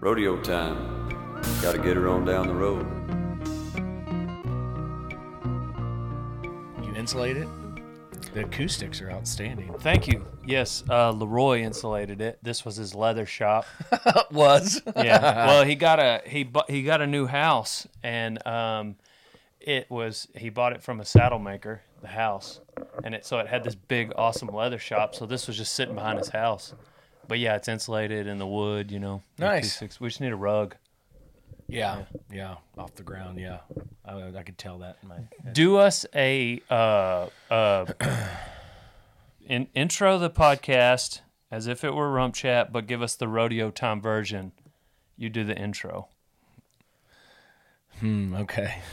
Rodeo time. Gotta get her on down the road. You insulate it. The acoustics are outstanding. Thank you. Yes, uh, Leroy insulated it. This was his leather shop. was. Yeah. well, he got a he bu- he got a new house, and um, it was he bought it from a saddle maker. The house, and it so it had this big awesome leather shop. So this was just sitting behind his house. But yeah, it's insulated in the wood. You know, the Nice. acoustics. We just need a rug. Yeah. Yeah. Off the ground. Yeah. I, I could tell that in my head. Do us a uh, uh, in, intro the podcast as if it were Rump Chat, but give us the rodeo time version. You do the intro. Hmm, okay.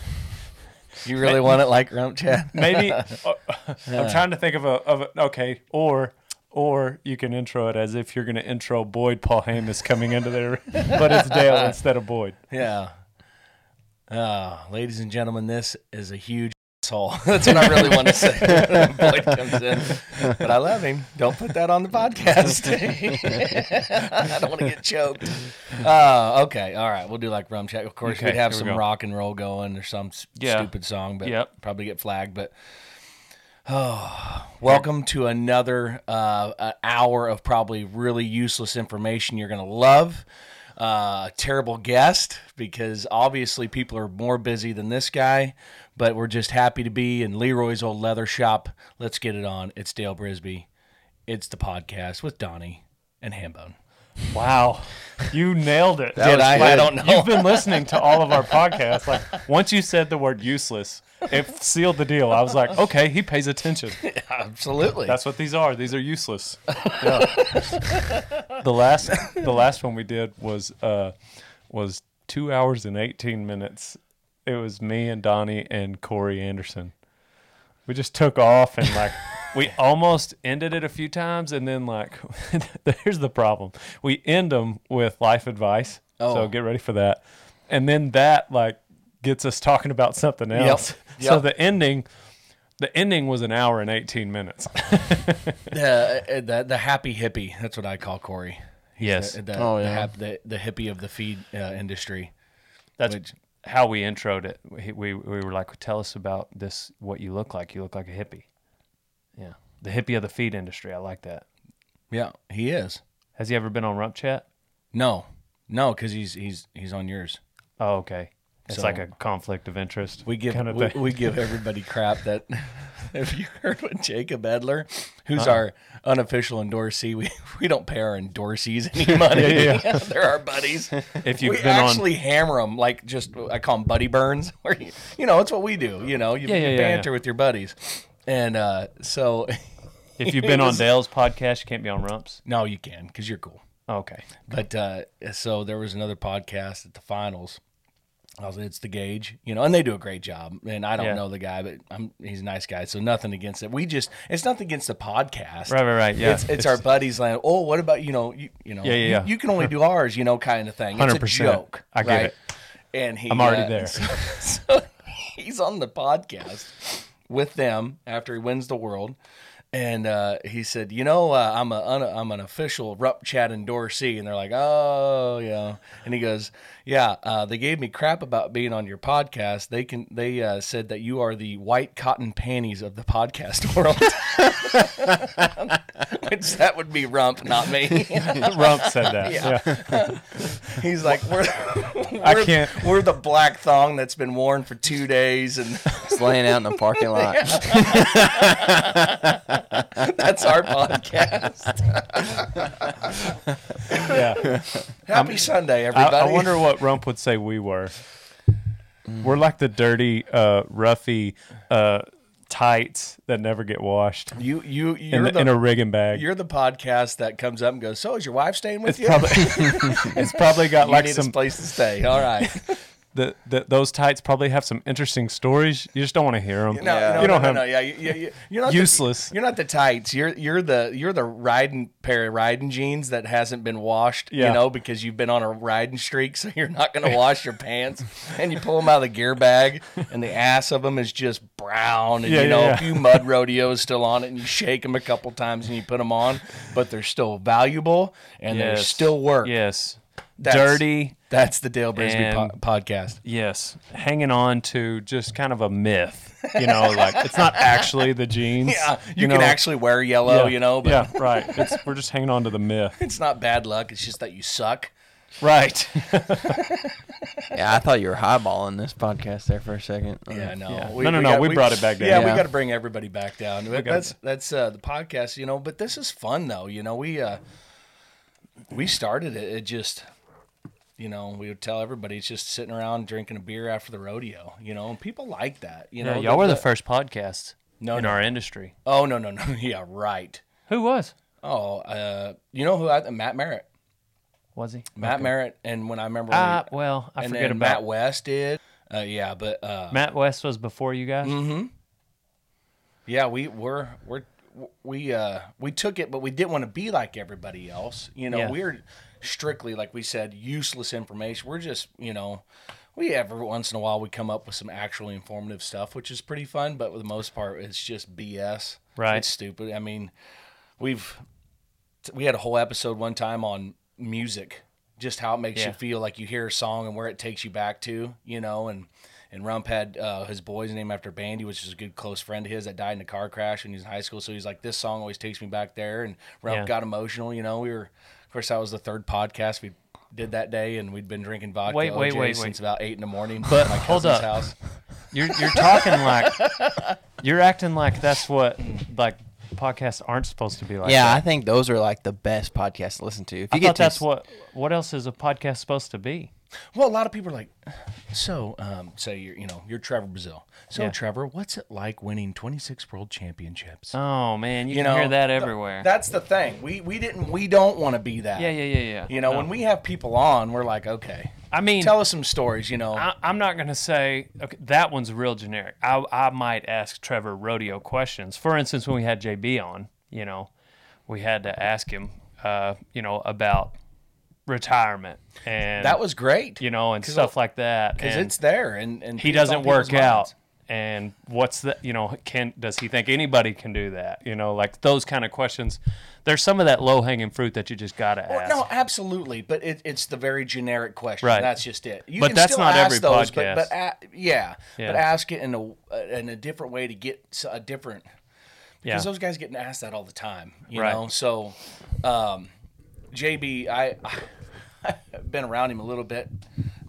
You really want it like Rump Chat? Maybe uh, I'm trying to think of a of a, okay or. Or you can intro it as if you're going to intro Boyd Paul Hamus coming into there, but it's Dale instead of Boyd. Yeah. Uh, ladies and gentlemen, this is a huge asshole. That's what I really want to say. when Boyd comes in, but I love him. Don't put that on the podcast. I don't want to get choked. Uh, okay, all right, we'll do like rum chat. Of course, Okay, we'd have here we some go. rock and roll going or some s- Yeah. stupid song, but Yep. probably get flagged. But welcome to another uh, uh, hour of probably really useless information you're going to love. Uh, terrible guest because obviously people are more busy than this guy, but we're just happy to be in Leroy's old leather shop. Let's get it on. It's Dale Brisby. It's the podcast with Donnie and Hambone. Wow, you nailed it! Did I? I don't know. You've been listening to all of our podcasts. Like once you said the word useless, it sealed the deal. I was like, okay, he pays attention. Absolutely. That's what these are. These are useless. Yeah. the last the last one we did was uh was two hours and eighteen minutes. It was me and Donnie and Corey Anderson. We just took off and like we almost ended it a few times and then like here's the problem. We end them with life advice. Oh. So get ready for that. And then that like gets us talking about something else. So Yep. the ending the ending was an hour and 18 minutes. the, uh, the the happy hippie. That's what I call Corey. He's Yes. The, the, Oh, the yeah. hap- the, the hippie of the feed uh, industry. That's Which- how we introed it. We, we we were like, tell us about this. What you look like? You look like a hippie. Yeah, the hippie of the feed industry. I like that. Yeah, he is. Has he ever been on Rump Chat? No, no, because he's he's he's on yours. Oh, okay. It's So- like a conflict of interest. We give kind of we, thing. we give everybody crap that. Have you heard what Jacob Edler, who's Uh-huh. our unofficial endorsee? We we don't pay our endorsees any money. Yeah, yeah. They're our buddies. if we you've been on, actually hammer them like just I call them buddy burns. Where you, you know it's what we do. You know you, Yeah, yeah, you yeah, banter yeah. with your buddies, and uh, so if you've been on Dale's podcast, you can't be on Rumps. no, you can because you're cool. Okay. But uh, so there was another podcast at the finals. I was, it's the Gauge, you know, and they do a great job. And I don't Yeah. know the guy, but I'm, he's a nice guy, so nothing against it. We just it's nothing against the podcast, Right, right, right, yeah. it's, it's, our buddies. Like, oh, what about you know, you, you know, Yeah, yeah, you- yeah. You, can only do ours, you know, kind of thing. It's a 100%. joke. I get right? it. And he, I'm already uh, there. So, so he's on the podcast with them after he wins the world. And uh, he said, "You know, uh, I'm a un- I'm an official Rup Chat endorsee," and they're like, "Oh, yeah." And he goes, "Yeah, uh, they gave me crap about being on your podcast. They can they uh, said that you are the white cotton panties of the podcast world, which that would be Rump, not me." Rump said that. Yeah. Yeah. He's like, "We're, I we're- can't- We're the black thong that's been worn for two days, and It's laying out in the parking lot. that's our podcast." yeah. Happy Sunday, I, everybody. I wonder what Rump would say we were. Mm. We're like the dirty, uh, roughy uh, tights that never get washed You you you're in, the, the, in a rigging bag. you're the podcast that comes up and goes. So is your wife staying with It's you? probably it's probably got you like need some a place to stay. All right. the, the, those tights probably have some interesting stories. You just don't want to hear them. No, Yeah. no, no, You don't no, have- no, yeah, you, you, you're not Useless. The, you're not the tights. You're you're the you're the riding pair of riding jeans that hasn't been washed. Yeah. You know because you've been on a riding streak, so you're not going to wash your pants. And you pull them out of the gear bag, and the ass of them is just brown. And Yeah, you yeah, know yeah. a few mud rodeos still on it, and you shake them a couple times and you put them on, but they're still valuable and they're Yes. still work. Yes, That's- dirty. That's the Dale Brisby po- And- podcast. Yes, hanging on to just kind of a myth, you know, like it's not actually the jeans. Yeah, you, can know? actually wear yellow, Yeah, you know, but yeah, right. It's, we're just hanging on to the myth, it's not bad luck. It's just that you suck. right? Yeah, I thought you were highballing this podcast there for a second. Yeah, no, Yeah. No, no, no, we brought it back down. Yeah, we Yeah. got to bring everybody back down. that's it. that's uh, the podcast, you know. But this is fun though, you know. We uh, we started it. It just, you know, we would tell everybody it's just sitting around drinking a beer after the rodeo, you know. And people like that, you know. first podcast No, in no. our industry. Oh no no no yeah right. Who was? Oh, uh, you know who? I, Matt Merritt. Was he? Matt Merritt, and when I remember, when Uh, well, I and forget then about Matt West did. Uh, yeah, but uh, Matt West was before you guys. Yeah, we were we're we uh we took it, but we didn't want to be like everybody else. You know, Yeah. we're strictly like we said, useless information. We're just you know, we every once in a while we come up with some actually informative stuff, which is pretty fun. But for the most part, it's just BS. Right. It's stupid. I mean, we've we had a whole episode one time on music, just how it makes you Yeah. feel like you hear a song and where it takes you back to, you know, and and Rump had uh, his boy's name after Bandy, which is a good close friend of his that died in a car crash when he was in high school. So he's like, this song always takes me back there, and Rump Yeah. got emotional, you know. We were, of course, that was the third podcast we did that day, and we'd been drinking vodka Wait, wait, OJ wait, since wait. about eight in the morning But at my hold cousin's up. house. You're you're talking like you're acting like that's what like podcasts aren't supposed to be like. Yeah, I that. think those are like the best podcasts to listen to. If you I, get thought to that's what what else is a podcast supposed to be? Well, a lot of people are like, so, um, say you're, you know, you're Trevor Brazil. So, Yeah. Trevor, what's it like winning 26 World Championships? Oh man, you, You can know, hear that th- everywhere. That's the thing. We we didn't. We don't want to be that. yeah, yeah, yeah, yeah. You know, No. when we have people on, we're like, okay, I mean, tell us some stories. You know, I, I'm not gonna say okay, that one's real generic. I I might ask Trevor rodeo questions. For instance, when we had JB on, you know, we had to ask him, uh, you know, about retirement and that was great. you know and stuff like that. because and- it's there, and and he it's on doesn't work people's out minds. and what's the you know can does he think anybody can do that you know like those kind of questions there's some of that low-hanging fruit that you just gotta Well, ask No, absolutely, but it, it's the very generic question. Right. That's just it. You But can that's still not ask every those, podcast. But, but a, yeah, Yeah. but ask it in a in a different way to get s- a different yeah because those guys getting asked that all the time. You Right. know, so um, JB, I. I've been around him a little bit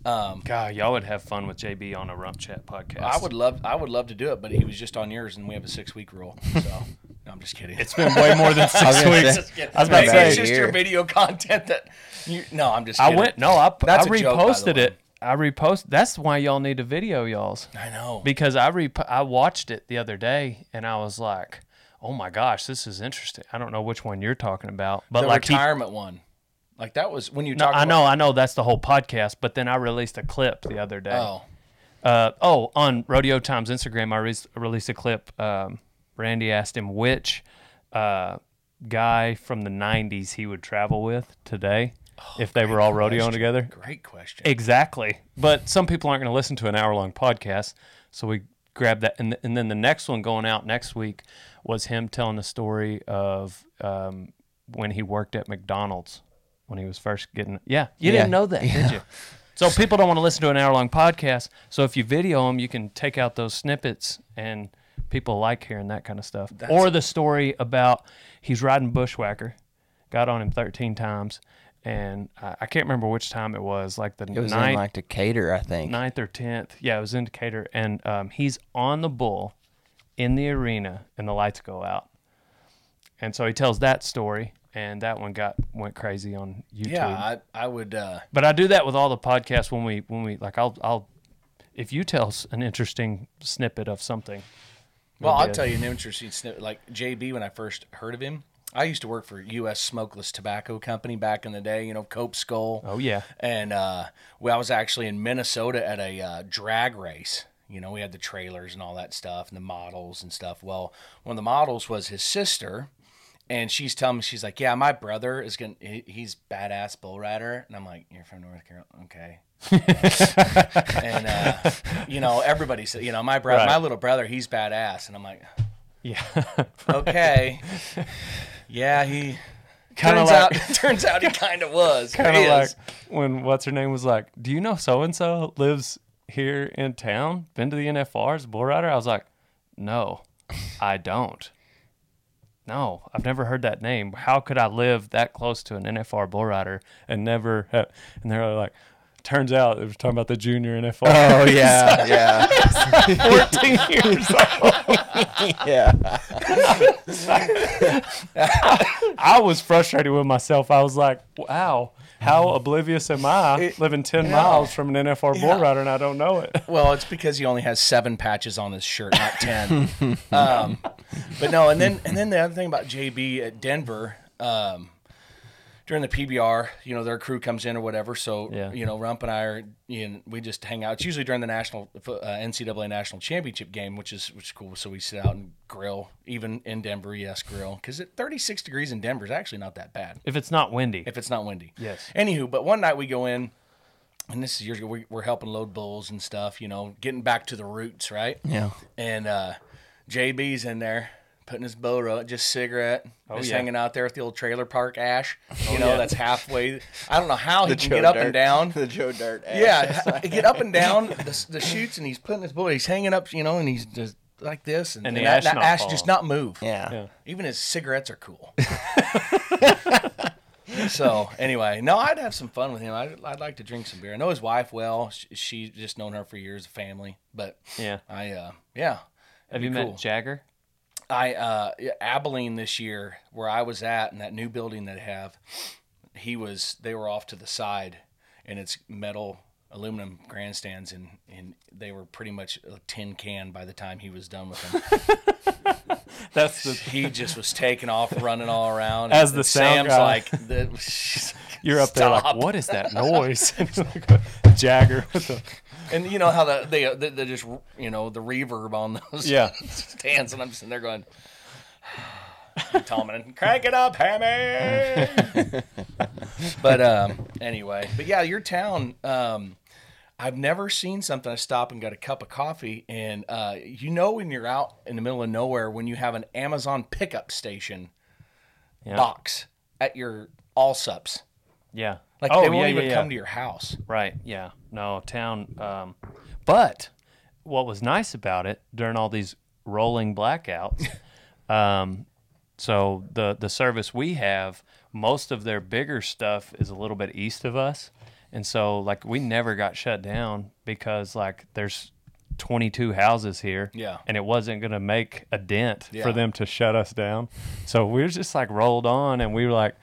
god y'all would have fun with jb on a rump chat podcast I would love, I would love to do it, but he was just on yours, and we have a six week rule. So no, I'm just kidding. it's been way more than six gonna weeks say- Yeah, i was about to maybe say it's just your here. video content that you. No, I'm just. i Kidding. went no i, I That's a joke, by the reposted way. it i reposted that's why y'all need to video y'all's I know. because I re- I watched it the other day and I was like, "Oh my gosh, this is interesting." I don't know which one you're talking about, but the like he- retirement one, like that was when you No, talked. I about, know, I know that's the whole podcast, but then I released a clip the other day. Oh, Uh, oh, on Rodeo Times Instagram, I re- released a clip. Um, Randy asked him which uh, guy from the 90s he would travel with today Oh, if they were all rodeoing together. great question. Exactly. But some people aren't going to listen to an hour long podcast. So we grabbed that. And, and then the next one going out next week was him telling the story of um, when he worked at McDonald's when he was first getting. Yeah. You Yeah. didn't know that, did you? So people don't want to listen to an hour long podcast. So if you video them, you can take out those snippets and people like hearing that kind of stuff. or the story about he's riding bushwhacker, got on him 13 times. And I I can't remember which time it was, like the it was in ninth, like Decatur, I think. ninth or tenth. Yeah, it was indicator, and um, he's on the bull in the arena, and the lights go out, and so he tells that story, and that one got went crazy on YouTube. yeah, I, I would. Uh, But I do that with all the podcasts when we when we like I'll I'll if you tell s- an interesting snippet of something. well, I'll did. tell you an interesting snippet. Like JB, when I first heard of him, I used to work for U.S. Smokeless Tobacco Company back in the day. You know, Cope Skull. Oh yeah, and uh, well, I was actually in Minnesota at a uh, drag race. You know, we had the trailers and all that stuff, and the models and stuff. Well, one of the models was his sister, and she's telling me she's like, "Yeah, my brother is gonna he, he's badass bull rider," and I'm like, "You're from North Carolina, okay?" and uh, you know, everybody said, "You know, my brother, Right. my little brother, he's badass," and I'm like, yeah, okay. yeah, he Kinda turns like- out, turns out he kind of was. Kind of He like is. when what's her name was like, "Do you know so and so lives here in town? Been to the NFRs, bull rider?" I was like, "No, I don't. No, I've never heard that name. How could I live that close to an NFR bull rider and never?" Have, and they're like, "Turns out it was talking about the junior NFR, Oh yeah, yeah, fourteen years old." yeah. I was frustrated with myself. I was like, "Wow." How oblivious am I living 10 miles from an NFR bull rider and I don't know it? Well, it's because he only has seven patches on his shirt, not ten. um, but no, and then and then the other thing about JB at Denver um, during the PBR, you know, their crew comes in or whatever. So Yeah. you know, Rump and I are, you know, we just hang out. It's usually during the national uh, NCAA national championship game, which is which is cool. So we sit out and grill, even in Denver. Yes, grill because at 36 degrees in Denver is actually not that bad If it's not windy. if it's not windy. Yes. Anywho, but one night we go in, and this is years ago. We, we're helping load bulls and stuff. You know, getting back to the roots, right? Yeah. And uh, JB's in there putting his bow row, just cigarette, just yeah. hanging out there at the old trailer park ash. You know, that's halfway. I don't know how he can Joe get up Dirt. and down. The Joe Dirt. Ass. Yeah, he get up and down the, the shoots, and he's putting his bow. He's hanging up, you know, and he's just like this, and, And the that, ash that not ash falling. just not move. Yeah. Yeah. Even his cigarettes are cool. so anyway, no, I'd have some fun with him. I'd, I'd like to drink some beer. I know his wife well. She, she just known her for years, family. But Yeah. I, uh, yeah, Have you cool. met Jagger? I uh, Abilene this year where I was at in that new building that they have. He was. They were off to the side, and it's metal aluminum grandstands, and and they were pretty much a tin can by the time he was done with them. That's the he just was taking off, running all around. As and the Sam's sound guy. like, the, you're up there like, Stop. what is that noise? And he's like, Jagger. with the- and you know how the, they they they just you know the reverb on those Yeah. stands, and I'm sitting there going, Tomlin, crank it up, Hammy. but um, anyway, but yeah, your town. Um, I've never seen something. I stop and got a cup of coffee, and uh, you know when you're out in the middle of nowhere when you have an Amazon pickup station Yeah. box at your Allsups. Oh, Yeah. Like they won't even come to your house. Right. Yeah. No, town. Um, but what was nice about it during all these rolling blackouts, um, so the the service we have, most of their bigger stuff is a little bit east of us, and so like we never got shut down because like there's 22 houses here, Yeah. and it wasn't gonna make a dent Yeah. for them to shut us down. So we were just like rolled on, and we were like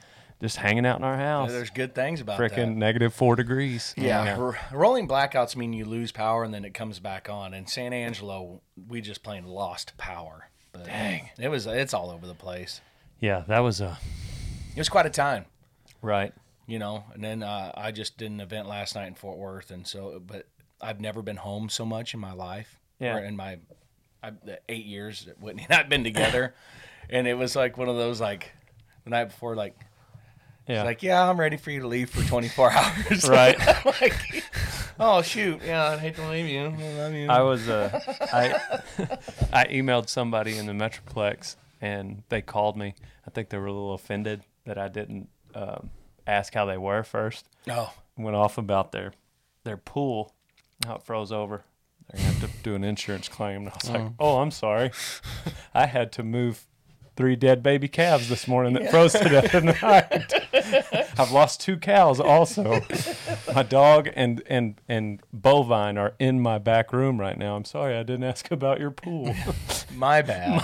just hanging out in our house. There's good things about that. Freaking negative four degrees. Yeah, r- rolling blackouts mean you lose power and then it comes back on. In San Angelo, we just plain lost power. But Dang, it was it's all over the place. Yeah, that was a It was quite a time, right. you know. And then uh, I just did an event last night in Fort Worth, and so but I've never been home so much in my life. Yeah. or in my I, the eight years that Whitney and I've been together, and it was like one of those like the night before like. Yeah, Like, yeah, I'm ready for you to leave for 24 hours. right. like, oh, shoot. Yeah, I'd hate to leave you. I love you. I was uh, I I emailed somebody in the Metroplex and they called me. I think they were a little offended that I didn't um, ask how they were first. oh, Went off about their their pool, how it froze over. They're gonna have to do an insurance claim. And I was like, oh, I'm sorry. I had to move three dead baby calves this morning that froze to death in the night. I've lost two cows also. my dog and and and bovine are in my back room right now. I'm sorry I didn't ask about your pool. My bad.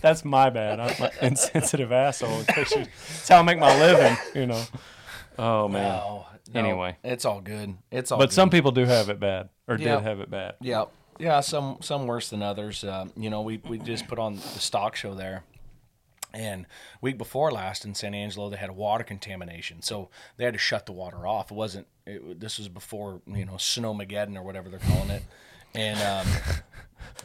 That's my bad. I'm an insensitive asshole. In case you- It's how I make my living, you know. Oh man. Oh, no, Anyway. it's all good. It's all. But good. some people do have it bad, or Yeah. did have it bad. yeah, yeah, some some worse than others. Uh, you know, we we just put on the stock show there. And week before last in San Angelo, they had a water contamination, so they had to shut the water off. It wasn't. It, wa- this was before you know Snowmageddon or whatever they're calling it, and um,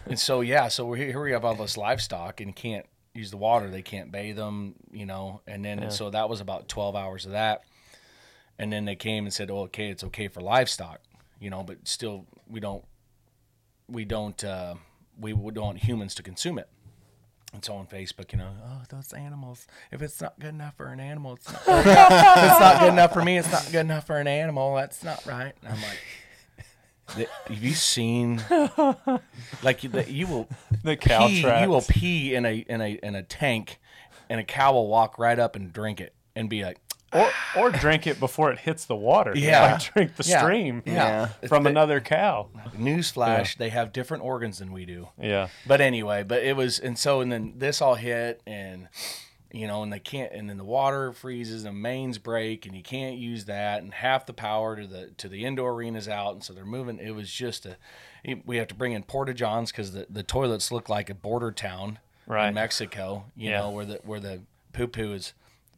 and so yeah, so we're here, here we have all this livestock and can't use the water. They can't bathe them, you know. And then so that was about twelve hours of that, and then they came and said, "Oh, okay, it's okay for livestock, you know, but still we don't we don't uh, we don't want humans to consume it." It's on Facebook, you know. Oh, those animals! If it's not good enough for an animal, it's not, good enough- if it's not good enough for me. It's not good enough for an animal. That's not right. And I'm like, "Th- have you seen? Like you- that you will The cow pee, tracks. You will pee in a in a in a tank, and a cow will walk right up and drink it and be like, or or drink it before it hits the water. Yeah. Like, drink the Yeah. stream. Yeah. Yeah. from another cow. "Newsflash! They have different organs than we do." Yeah, but anyway, but it was, and so, and then this all hit, and you know, and they can't, and then the water freezes, and mains break, and you can't use that, and half the power to the to the indoor arenas out, and so they're moving. It was just a, it- we have to bring in porta johns because the the toilets look like a border town Right. in Mexico, you Yeah. know, where the where the poo poo is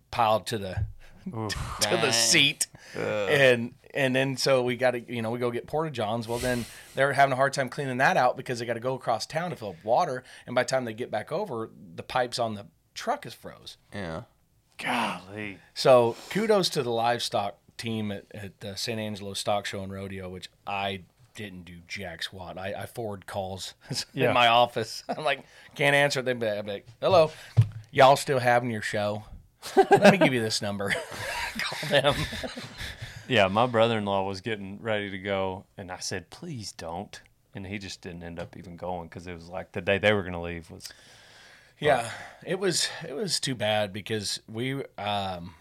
piled to the to the seat. And and then so we got to you know we go get porta johns. Well then they're having a hard time cleaning that out because they got to go across town to fill up water. And by the time they get back over, the pipes on the truck is froze. Yeah. golly. So kudos to the livestock team at, at the San Angelo Stock Show and Rodeo, which I didn't do jack squat. I, I forward calls Yeah. in my office. I'm like, can't answer. They be, I'm like, hello, y'all still having your show? Let me give you this number. Call them. Yeah, my brother-in-law was getting ready to go, and I said, "Please don't." And he just didn't end up even going because it was like the day they were going to leave was. Yeah, it was it was too bad because we um,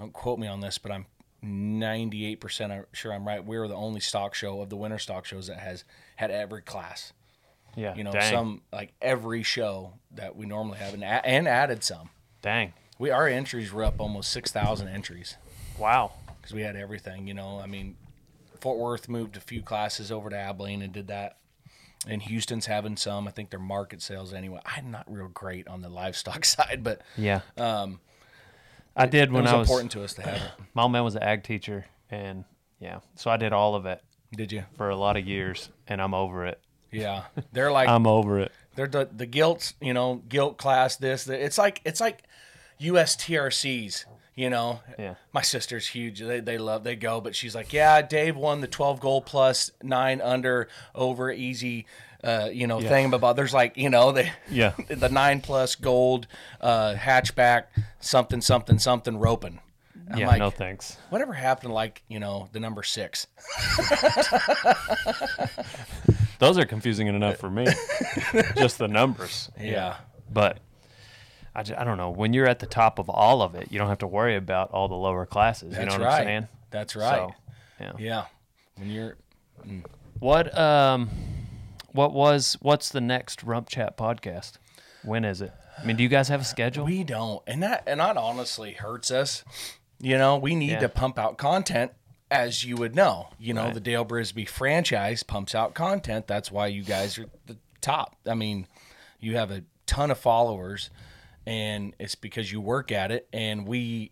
don't quote me on this, but I'm 98 percent sure I'm right. We were the only stock show of the winter stock shows that has had every class. Yeah, You know, dang, some like every show that we normally have, and, a- and added some. dang, We our entries were up almost six thousand entries wow, because we had everything. You know, I mean, Fort Worth moved a few classes over to Abilene and did that. And Houston's having some. I think their market sales anyway. I'm not real great on the livestock side, but yeah. Um, I did it when was I was. important to us to have it. My old man was an ag teacher, and yeah, so I did all of it Did you? for a lot of years, and I'm over it. Yeah, they're like I'm over it. they're the the guilt, you know, guilt class. This, that. it's like it's like USTRCs. You know, Yeah. my sister's huge. They, they love they go, but she's like, yeah, Dave won the twelve goal plus nine under over easy, uh, you know, thing. But there's like you know they Yeah. the nine plus gold uh, hatchback something something something roping. I'm yeah, like, no thanks. whatever happened to like you know the number six? Those are confusing enough for me. just the numbers. yeah. But I, ju- I don't know. When you're at the top of all of it, you don't have to worry about all the lower classes. you know That's what right. I'm saying? That's right. So, yeah. Yeah. When you're What um, what was what's the next Rump Chat podcast? When is it? I mean, do you guys have a schedule? we don't, and that and that honestly hurts us. You know, we need Yeah. to pump out content, as you would know. You know, the Dale Brisby franchise pumps out content. That's why you guys are the top. I mean, you have a ton of followers, and it's because you work at it, and we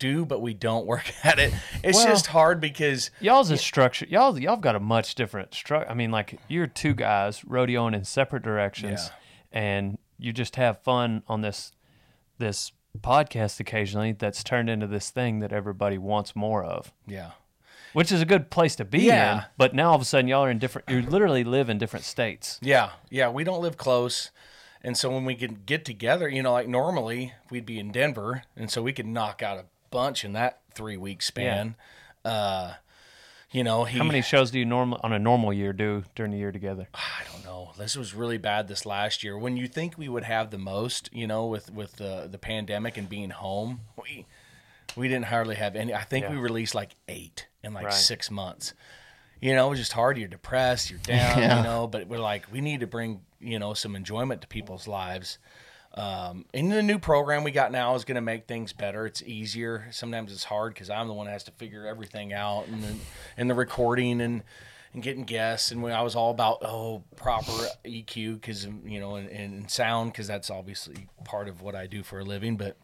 do, but we don't work at it. It's Well- just hard because Y'all's is structure. Y'all y'all got a much different structure. I mean, like you're two guys rodeoing in separate directions, and you just have fun on this this podcast occasionally. That's turned into this thing that everybody wants more of, yeah, which is a good place to be Yeah. in. But now all of a sudden, y'all are in different. You literally live in different states. Yeah, yeah, we don't live close. And so when we could get together, you know, like normally we'd be in Denver, and so we could knock out a bunch in that three week span. Uh, you know, he, How many shows do you normal on a normal year do during the year together? I don't know. This was really bad this last year. When you think we would have the most, you know, with with the the pandemic and being home, we we didn't hardly have any. I think we released like eight in like Right. six months. You know, it was just hard. You're depressed. You're down. You know, but we're like, we need to bring you know some enjoyment to people's lives. Um, and the new program we got now is going to make things better. It's easier. Sometimes it's hard because I'm the one that has to figure everything out and then, and the recording and and getting guests. And when I was all about oh proper EQ because um, you know and, and sound because that's obviously part of what I do for a living. But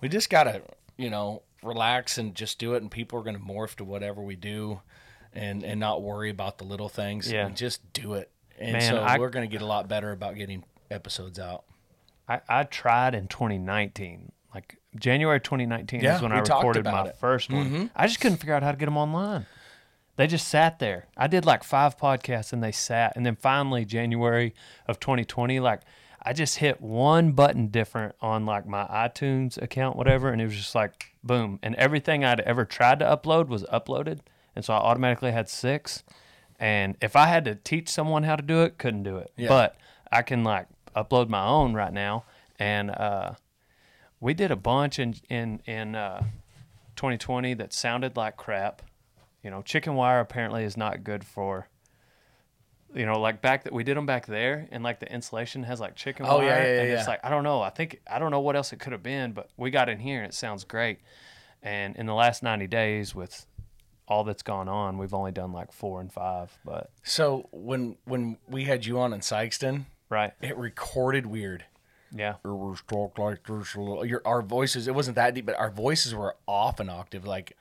we just gotta you know relax and just do it. And people are going to morph to whatever we do, and and not worry about the little things. Yeah. and just do it. And Man, so I- we're going to get a lot better about getting episodes out. I, I tried in 2019. Like January 2019 Yeah, is when we I talked recorded about my it. Mm-hmm. first one. I just couldn't figure out how to get them online. They just sat there. I did like five podcasts and they sat. And then finally, January of 2020, like I just hit one button different on like my iTunes account, whatever, and it was just like boom. And everything I'd ever tried to upload was uploaded. And so I automatically had six. And if I had to teach someone how to do it, couldn't do it. But I can like upload my own right now. And uh, we did a bunch in in in uh, 2020 that sounded like crap. You know, chicken wire apparently is not good for. You know, like back that we did them back there, and like the insulation has like chicken Oh, wire, yeah, yeah, and yeah. it's like I don't know. I think I don't know what else it could have been, but we got in here and it sounds great. And in the last 90 days, with all that's gone on, we've only done like four and five, but So when when we had you on in Sykeston, right, it recorded weird. yeah, It was talk like this a little- Your our voices. It wasn't that deep, but our voices were off an octave. Like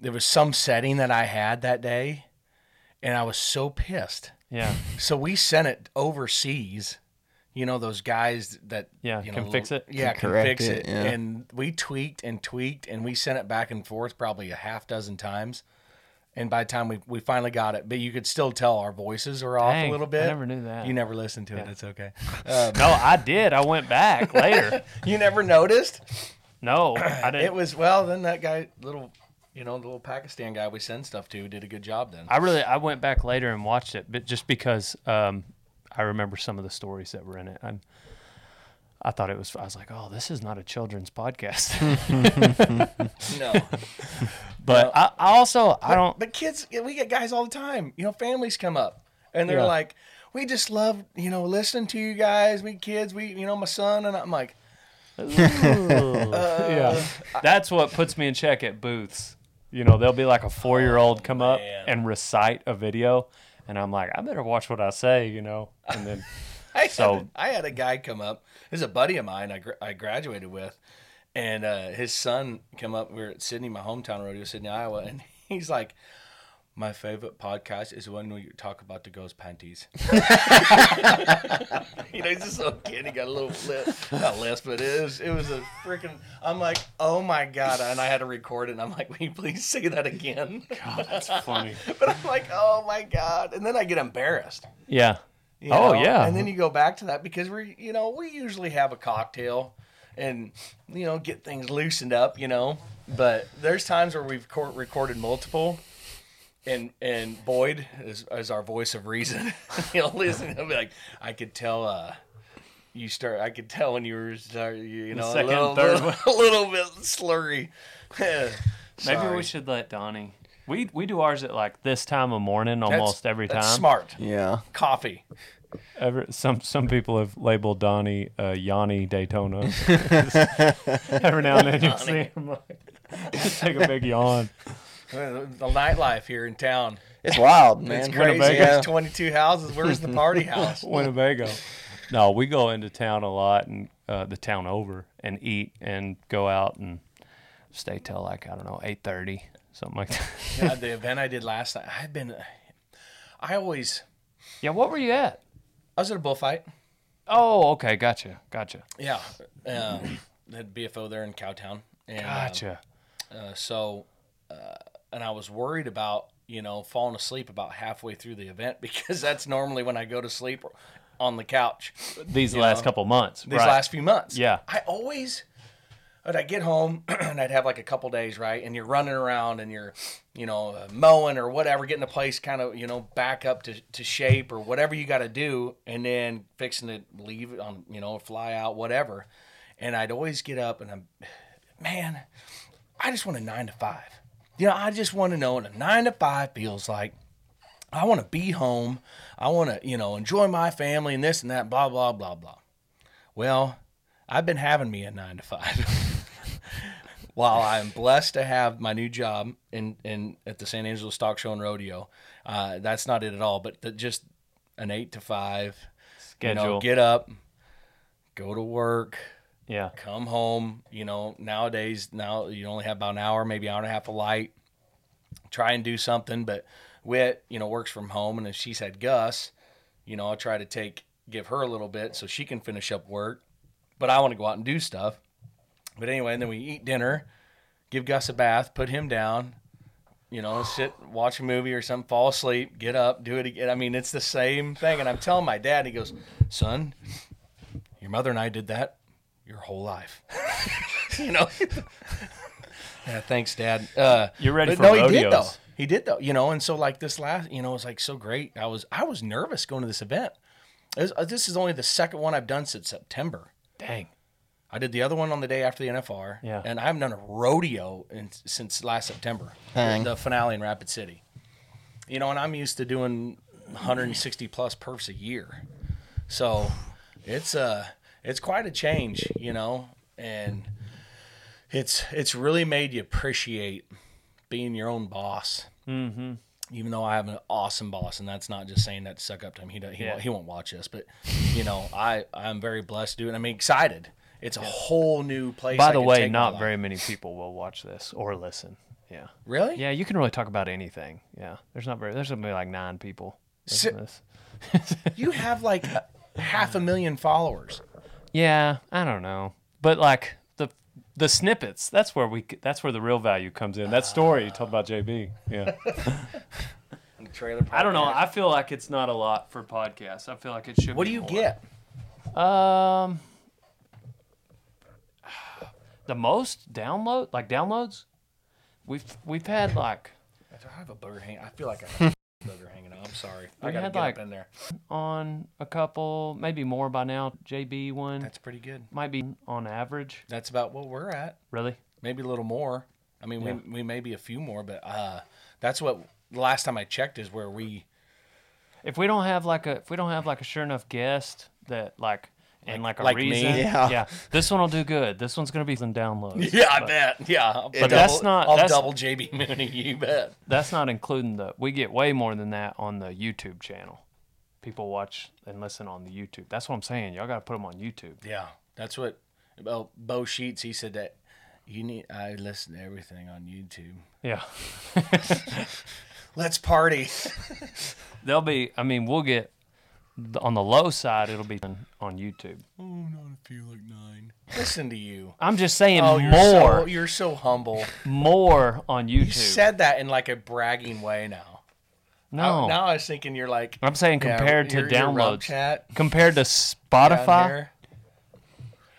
there was some setting that I had that day, and I was so pissed. yeah, So we sent it overseas. You know those guys that Yeah, you know, can fix it. Yeah, can, correct fix it. it, yeah. And we tweaked and tweaked, and we sent it back and forth probably a half dozen times. And by the time we, we finally got it, but you could still tell our voices are off Dang, a little I bit. never knew that. You never listened to it. It's okay. Um, no, I did. I went back later. You never noticed? No, I didn't. It was well. Then that guy, little, you know, the little Pakistan guy we send stuff to, did a good job. Then I really I went back later and watched it, but just because um, I remember some of the stories that were in it, and I thought it was. I was like, oh, this is not a children's podcast. no, but I, I also I don't. but kids, yeah, we get guys all the time. You know, families come up and they're Yeah. like, "We just love, you know, listening to you guys. We kids, we, you know, my son." And I'm like, yeah, uh, that's what puts me in check at booths. You know, there'll be like a four year old come up and recite a video, and I'm like, I better watch what I say. You know, and then I So- had, I had a guy come up. There's a buddy of mine I, gr- I graduated with, and uh, his son come up. We were at Sydney, my hometown rodeo, Sydney, Iowa, and he's like, "My favorite podcast is when we talk about the girls' panties." you know, he's just a little kid. He got a little lip, not lisp, but it was it was a freaking. I'm like, oh my god, and I had to record it. and I'm like, will you please say that again? that's funny. but I'm like, oh my god, and then I get embarrassed. Yeah. You oh know? yeah. And then you go back to that because we, you know, we usually have a cocktail and, you know, get things loosened up, you know. But there's times where we've cor- recorded multiple. And, and Boyd is, is our voice of reason. he'll listen. He'll be like, I could tell uh, you start. I could tell when you were start, you, you know second, a little, third little, a little bit slurry. Maybe Sorry. we should let Donnie. We we do ours at like this time of morning almost That's- every time. that's smart Yeah. coffee. Ever, some some people have labeled Donnie uh, Yanni Daytona. Every now and then you see him like, just take a big yawn. The Uh, the nightlife here in town. It's wild, man. It's crazy. Yeah. There's 22 houses. Where's the party house? Winnebago. No, we go into town a lot and uh, the town over and eat and go out and Stay till like I don't know eight thirty something like that. God, the event I did last night, I've been, I always, yeah, what were you at? I was at a bullfight. Oh, okay, gotcha, gotcha, Yeah. Um, they had BFO there in Cowtown. And, um, gotcha. uh, so, uh, and I was worried about, you know, falling asleep about halfway through the event because that's normally when I go to sleep on the couch These last know, couple months, these right? last few months. Yeah. I always, but I get home and I'd have like a couple days, right? And you're running around and you're, you know, uh, mowing or whatever, getting the place kind of, you know, back up to, to shape or whatever you got to do. And then fixing to leave on, you know, fly out, whatever. And I'd always get up and I'm, man, I just want a nine to five. You know, I just want to know what a nine to five feels like. I want to be home. I want to, you know, enjoy my family and this and that, blah, blah, blah, blah. Well, I've been having me a nine to five. While I'm blessed to have my new job in, in at the San Angelo Stock Show and Rodeo, uh, that's not it at all. But the, just an eight to five You know, Schedule. get up, go to work, yeah, come home. You know, nowadays now you only have about an hour, maybe hour and a half of light. Try and do something, but Wit, you know, works from home, and if she's had Gus, you know, I'll try to take give her a little bit so she can finish up work. But I want to go out and do stuff. But anyway, and then we eat dinner, give Gus a bath, put him down, you know, sit, watch a movie or something, fall asleep, get up, do it again. I mean, it's the same thing. And I'm telling my dad, he goes, "Son, Your mother and I did that your whole life. you know. yeah, thanks, Dad. Uh, You're ready but for no, he did rodeos. though. He did though. You know, and so like this last, you know, it was like so great. I was I was nervous going to this event. It was- uh, this is only the second one I've done since September. Dang. I did the other one on the day after the NFR. Yeah. And I haven't done a rodeo in, since last September, Dang. the finale in Rapid City. You know, and I'm used to doing 160 plus perfs a year. So it's uh it's quite a change, you know, and it's it's really made you appreciate being your own boss. Mm-hmm. Even though I have an awesome boss, and that's not just saying that to suck up to him. He do, he, Yeah. won't, he won't watch this, but you know I I'm very blessed, dude. I'm excited. It's a whole new place. I By the can way, take my not life. very many people will watch this or listen. Yeah. really. Yeah, you can really talk about anything. Yeah. There's not very there's gonna be like nine people. Si- listening to this. You have like half a million followers. Yeah, I don't know. But like the the snippets, that's where we c- that's where the real value comes in. That That's story you told about JB. Yeah. Trailer. I don't know. I feel like it's not a lot for podcasts. I feel like it should What be do you more. get? Um the most download like downloads? We've we've had like I have a booger hang. I feel like I have a booger hanging on. I'm sorry. I We gotta had, get like- up in there. on a couple, maybe more by now. JB one That's pretty good. might be on average. That's about what we're at. Really? maybe a little more. I mean, we, we may be a few more, but uh, that's what the last time I checked is where we If we don't have like a if we don't have like a sure enough guest that like and like, a like me? reason, Yeah. this one will do good. This one's gonna be some downloads. yeah, I bet yeah. I'll But that's not- I'll that's- double JB Mooney. You bet. That's not including the we get way more than that on the YouTube channel. People watch and listen on the YouTube. That's what I'm saying. Y'all gotta put them on YouTube. Yeah, that's what. Well, Bo Sheets he said that you need. I listen to everything on YouTube. Yeah, Let's party. they'll be. I mean, we'll get the- on the low side. It'll be on on YouTube. Listen to you. I'm just saying Oh, you're more, So, you're so humble. more on YouTube. You said that in like a bragging way. Now, no, oh, now I was thinking you're like Oh. I'm saying yeah, compared your- to your rub downloads. chat. compared to down Spotify. there.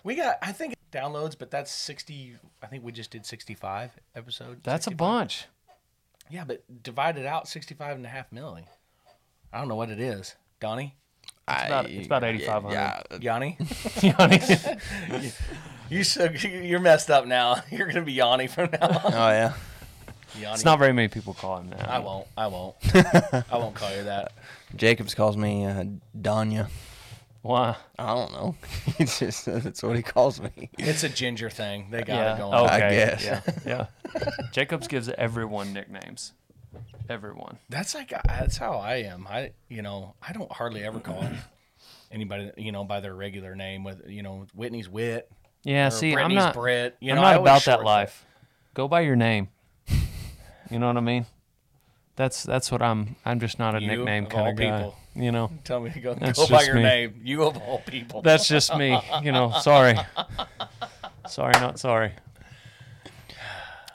We got, I think, downloads, but that's 60. I think we just did 65 episodes. That's a bunch. Yeah, but divided out 65 and a half million. I don't know what it is. Donnie? It's about- it's about 8,500. Yeah, Yanni? Yanni. you so, you're messed up now. You're going to be Yanni from now on. Oh yeah. Yanni. it's not very many people call him that. I won't. I won't. I won't call you that. Jacobs calls me uh, Danya. Why? I don't know. he just that's what he calls me. It's a ginger thing. They got Yeah. Oh. it going. Okay. I guess. Yeah. Yeah. Jacobs gives everyone nicknames. Everyone. That's like uh, that's how I am. I you know I don't hardly ever call anybody you know by their regular name. With you know Whitney's Wit. Yeah. or see, Brittany's I'm not. Brit. You I'm know, I not always about that short- life. Go by your name. You know what I mean? That's that's what I'm. I'm just not a You, nickname of kind all of guy. people. You know. Tell me to go, That's go by just your me. name. You of all people. That's just me. You know. Sorry. sorry, not sorry.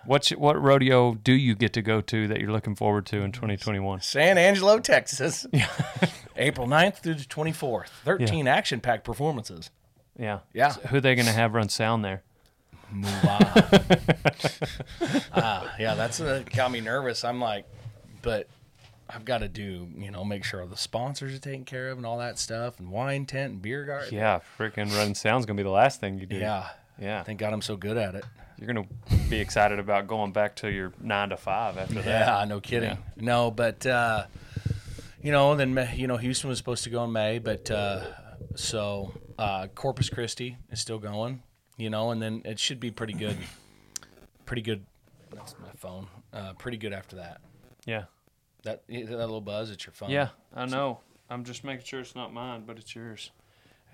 What what rodeo do you get to go to that you're looking forward to in 2021? San Angelo, Texas. April 9th through the 24th. 13 action packed performances. Yeah. Yeah. So who they gonna have run sound there? Wow. Ah, yeah, that's uh, got me nervous. I'm like, but I've got to do, you know, make sure all the sponsors are taken care of and all that stuff and wine tent and beer garden. Yeah, freaking running sound's gonna be the last thing you do. Yeah. Yeah. Thank God I'm so good at it. You're gonna be excited about going back to your nine to five after that. Yeah, no kidding. No, but uh, you know, then Ma- you know Houston was supposed to go in May, but uh, so uh, Corpus Christi is still going. You know, and then it should be pretty good. Pretty good. That's my phone. Uh, pretty good after that. Yeah. That that little buzz. It's your phone. Yeah, I know. I'm just making sure it's not mine, but it's yours.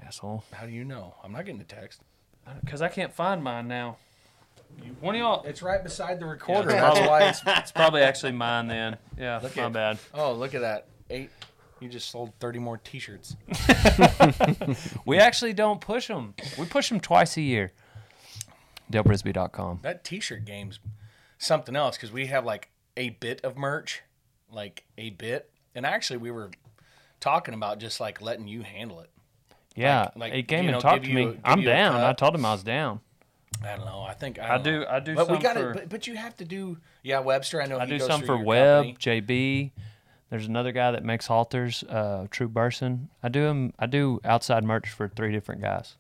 Asshole. How do you know? I'm not getting a text. Because I can't find mine now. One of y'all. It's right beside the recorder. Yeah, that's probably. why it's. It's probably actually mine then. Yeah, Look my at- bad. Oh, look at that. Eight. You just sold 30 more T-shirts. We actually don't push them. We push them twice a year. DaleBrisby.com. That T-shirt game's something else because we have like a bit of merch, like a bit, and actually we were talking about just like letting you handle it. Yeah, Like- like, he came you and know, talked give to you- me. give I'm you a down. I cut. told him I was down. I don't know. I think I, I don't do- know. I do But we some got for- it. But, but you have to do. Yeah, Webster. I know. I he do goes some through for your Webb, company. JB. There's another guy that makes halters, uh, True Burson. I do him. I do outside merch for three different guys.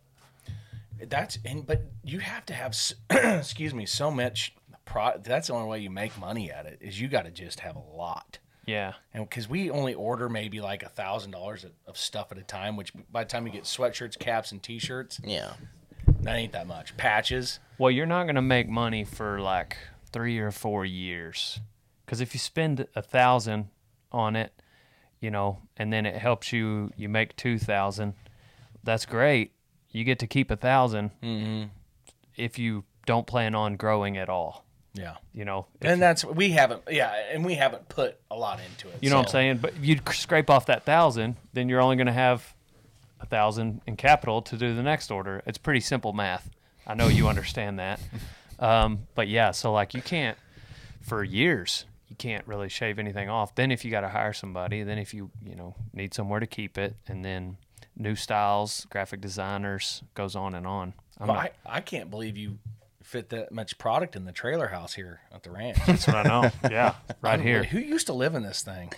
That's and but you have to have. s- excuse me. So much. Pro, that's the only way you make money at it is you got to just have a lot. Yeah, and because we only order maybe like a thousand dollars of- of stuff at a time, which by the time you get sweatshirts, caps, and t-shirts, Yeah. that ain't that much. Patches, Well, you're not going to make money for like three or four years. Because if you spend a thousand on it, you know, and then it helps you, you make 2,000, that's great. You get to keep a 1000 Mm-hmm. if you don't plan on growing at all, yeah, you know. If- and that's we haven't, yeah, and we haven't put a lot into it. you know what I'm so- saying? But if you scrape off that 1,000, then you're only going to have a 1,000 in capital to do the next order. It's pretty simple math. I know you understand that. Um, but yeah, so like you can't for years you can't really shave anything off then if you got to hire somebody then if you you know need somewhere to keep it and then new styles graphic designers goes on and on I'm But not- I, I can't believe you fit that much product in the trailer house here at the ranch. that's what i know yeah right here Who used to live in this thing?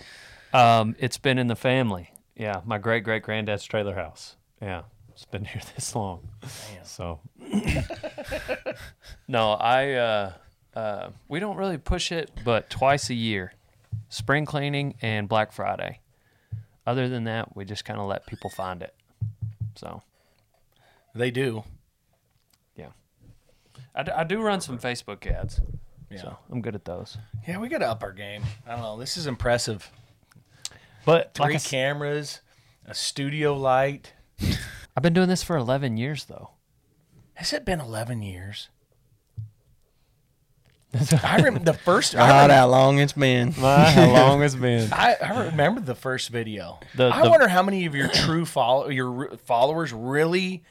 um, it's been in the family yeah my great great granddad's trailer house yeah it's been here this long so no i uh, uh, we don't really push it but twice a year spring cleaning and black friday other than that we just kind of let people find it so They do. yeah i, d- I do run some facebook ads Yeah, so i'm good at those yeah, we got to up our game. I don't know. This is impressive. but Three like I s- cameras, a studio light. i've been doing this for 11 years though Has it been 11 years? I remember the first. I, rem- Not how long it's been. My, how long it's been. I, I remember the first video. The- I the- wonder how many of your true follow your re- followers really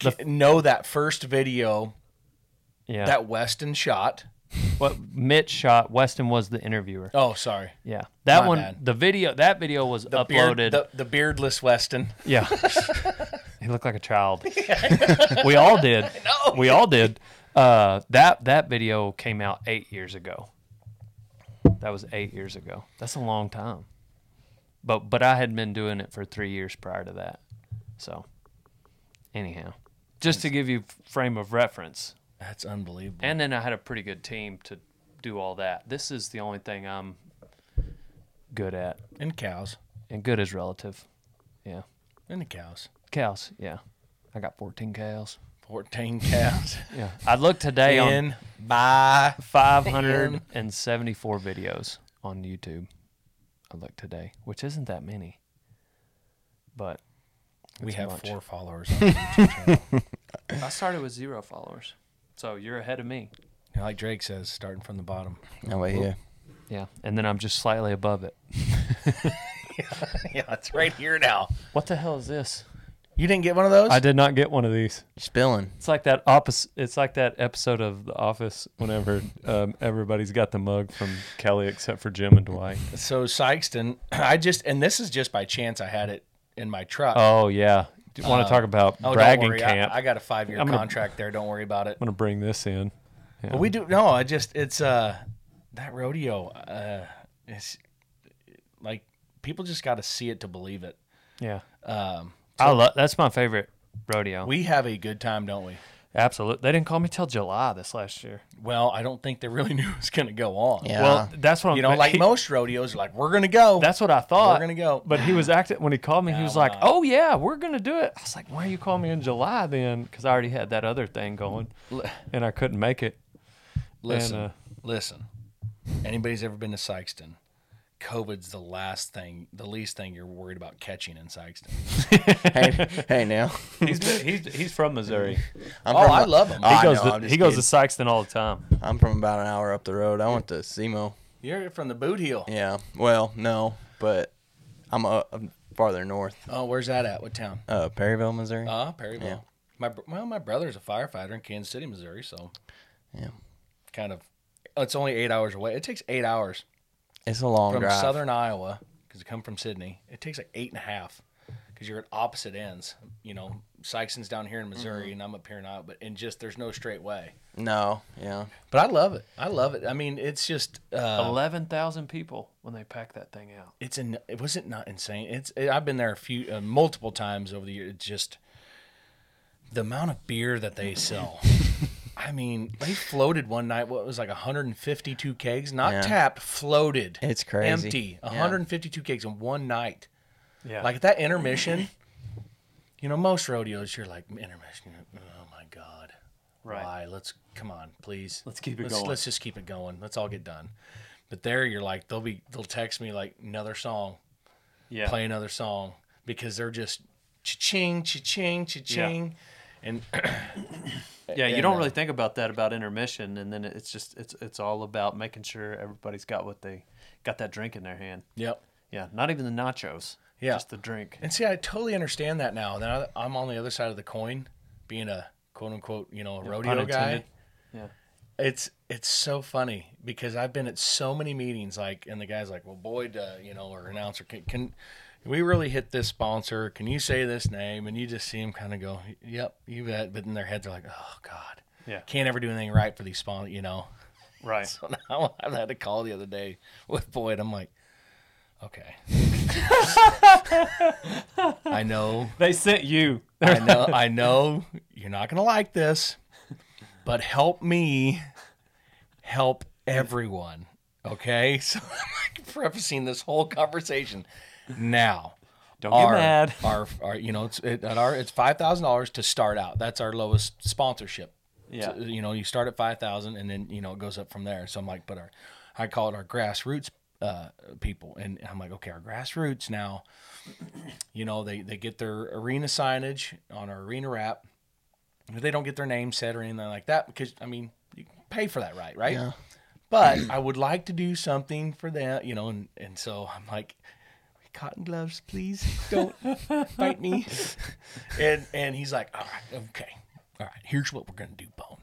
ca- know that first video yeah that Weston shot. what mitch shot weston was the interviewer Oh, sorry, yeah that my one bad. the video that video was the uploaded beard, the, the beardless Weston. Yeah. he looked like a child. we all did. We all did. Uh, that that video came out eight years ago. That was eight years ago. That's a long time. But but I had been doing it for three years prior to that. So anyhow. Just to give you frame of reference. That's unbelievable. And then I had a pretty good team to do all that. This is the only thing I'm good at. And cows, And good is relative. Yeah. and the cows, Cows, yeah. I got 14 cows. 14 cows. Yeah. I looked today on in by 574 videos on YouTube. I looked today, which isn't that many. But we That's have much. four followers. On it. I started with zero followers. So you're ahead of me. And like Drake says, starting from the bottom. No way, Oh, yeah. Yeah. And then I'm just slightly above it. yeah, it's right here now. What the hell is this? You didn't get one of those? I did not get one of these. Spilling. It's like that opposite. It's like that episode of The Office whenever um, everybody's got the mug from Kelly except for Jim and Dwight. So Sykeston, I just and this is just by chance I had it in my truck. Oh yeah, do you want to talk about Oh, bragging don't worry. camp? I, I I, am got a five year I'm gonna- contract there. Don't worry about it. gonna bring this in. But we do no. I just it's uh that rodeo. Uh, it's like people just got to see it to believe it. Yeah. Um, I love that's my favorite rodeo. we have a good time, don't we? Absolutely. They didn't call me till July this last year. Well, I don't think they really knew it was going to go on. Yeah. Well, that's what I'm You know, like most rodeos, are like we're going to go. That's what I thought. We're gonna go. But he was acting when he called me. he was like, "Oh yeah, we're gonna do it." I was like, "Why are you calling me in July then?" Because I already had that other thing going, and I couldn't make it. Listen, And, uh, listen. Anybody's ever been to Sykeston? COVID's the last thing, the least thing you're worried about catching in Sykeston. hey, hey now. He's he's he's from Missouri. I'm Oh, from- I love them. Oh, I He goes know, to, I'm just he goes to kidding. Sykeston all the time. I'm from about an hour up the road. I went to SEMO. You're from the boot heel. Yeah. Well, no, but I'm uh, I'm farther north. Oh, where's that at? What town? Uh, Perryville, Missouri. Uh, Perryville. Yeah. My br- well, my brother's a firefighter in Kansas City, Missouri. So, Yeah. kind of. It's only eight hours away. It takes eight hours it's a long from drive. southern Iowa because I come from Sydney. It takes like eight and a half because you're at opposite ends. You know, Sykeson's down here in Mm-hmm. Missouri, and I'm up here in Iowa, but and just there's no straight way. No, yeah. But I love it. I love it. I mean, it's just uh, Eleven thousand people when they pack that thing out. it's an it wasn't not insane. It's it, I've been there a few uh, multiple times over the years. It's just the amount of beer that they sell. I mean, they floated one night. What was like 152 kegs, not Yeah. tapped, floated. It's crazy. Empty. Yeah. 152 kegs in one night. Yeah, Like at that intermission, you know, most rodeos, you're like intermission. you're like, Oh my god, Right. Why? Let's come on, please. Let's keep it let's, going. Let's just keep it going. Let's all get done. But there, you're like they'll be they'll text me like another song, yeah. play another song because they're just cha-ching, cha-ching, cha-ching, and Yeah, you and, don't uh, really think about that about intermission, and then it's just it's it's all about making sure everybody's got what they got that drink in their hand. yep. Yeah, not even the nachos. Yeah. just the drink. And see, I totally understand that now. And I- I'm on the other side of the coin, being a quote unquote, you know, a rodeo pun guy. intended. Yeah. It's it's so funny because I've been at so many meetings, like, and the guy's like, "Well, Boyd, uh, you know, or announcer, can, can we really hit this sponsor? Can you say this name?" And you just see him kind of go, "Yep, you bet." But in their heads, they're like, "Oh God, Yeah. can't ever do anything right for these sponsors," you know. Right. So now I had a call the other day with Boyd. I'm like, "Okay, I know." They sent you. I know, I know you're not going to like this, but help me help everyone. Okay. So I'm like prefacing this whole conversation now. Don't Our, get mad. our, our, you know, it's it, at our, it's five thousand dollars to start out. That's our lowest sponsorship. Yeah. So, you know, you start at five thousand, and then you know it goes up from there. So I'm like, but our, I call it our grassroots uh, people, and I'm like, okay, our grassroots now you know they they get their arena signage on our arena wrap But they don't get their name said or anything like that because i mean you pay for that right right but i would like to do something for that you know and and so i'm like cotton gloves please don't bite me and and he's like all right okay all right here's what we're gonna do bone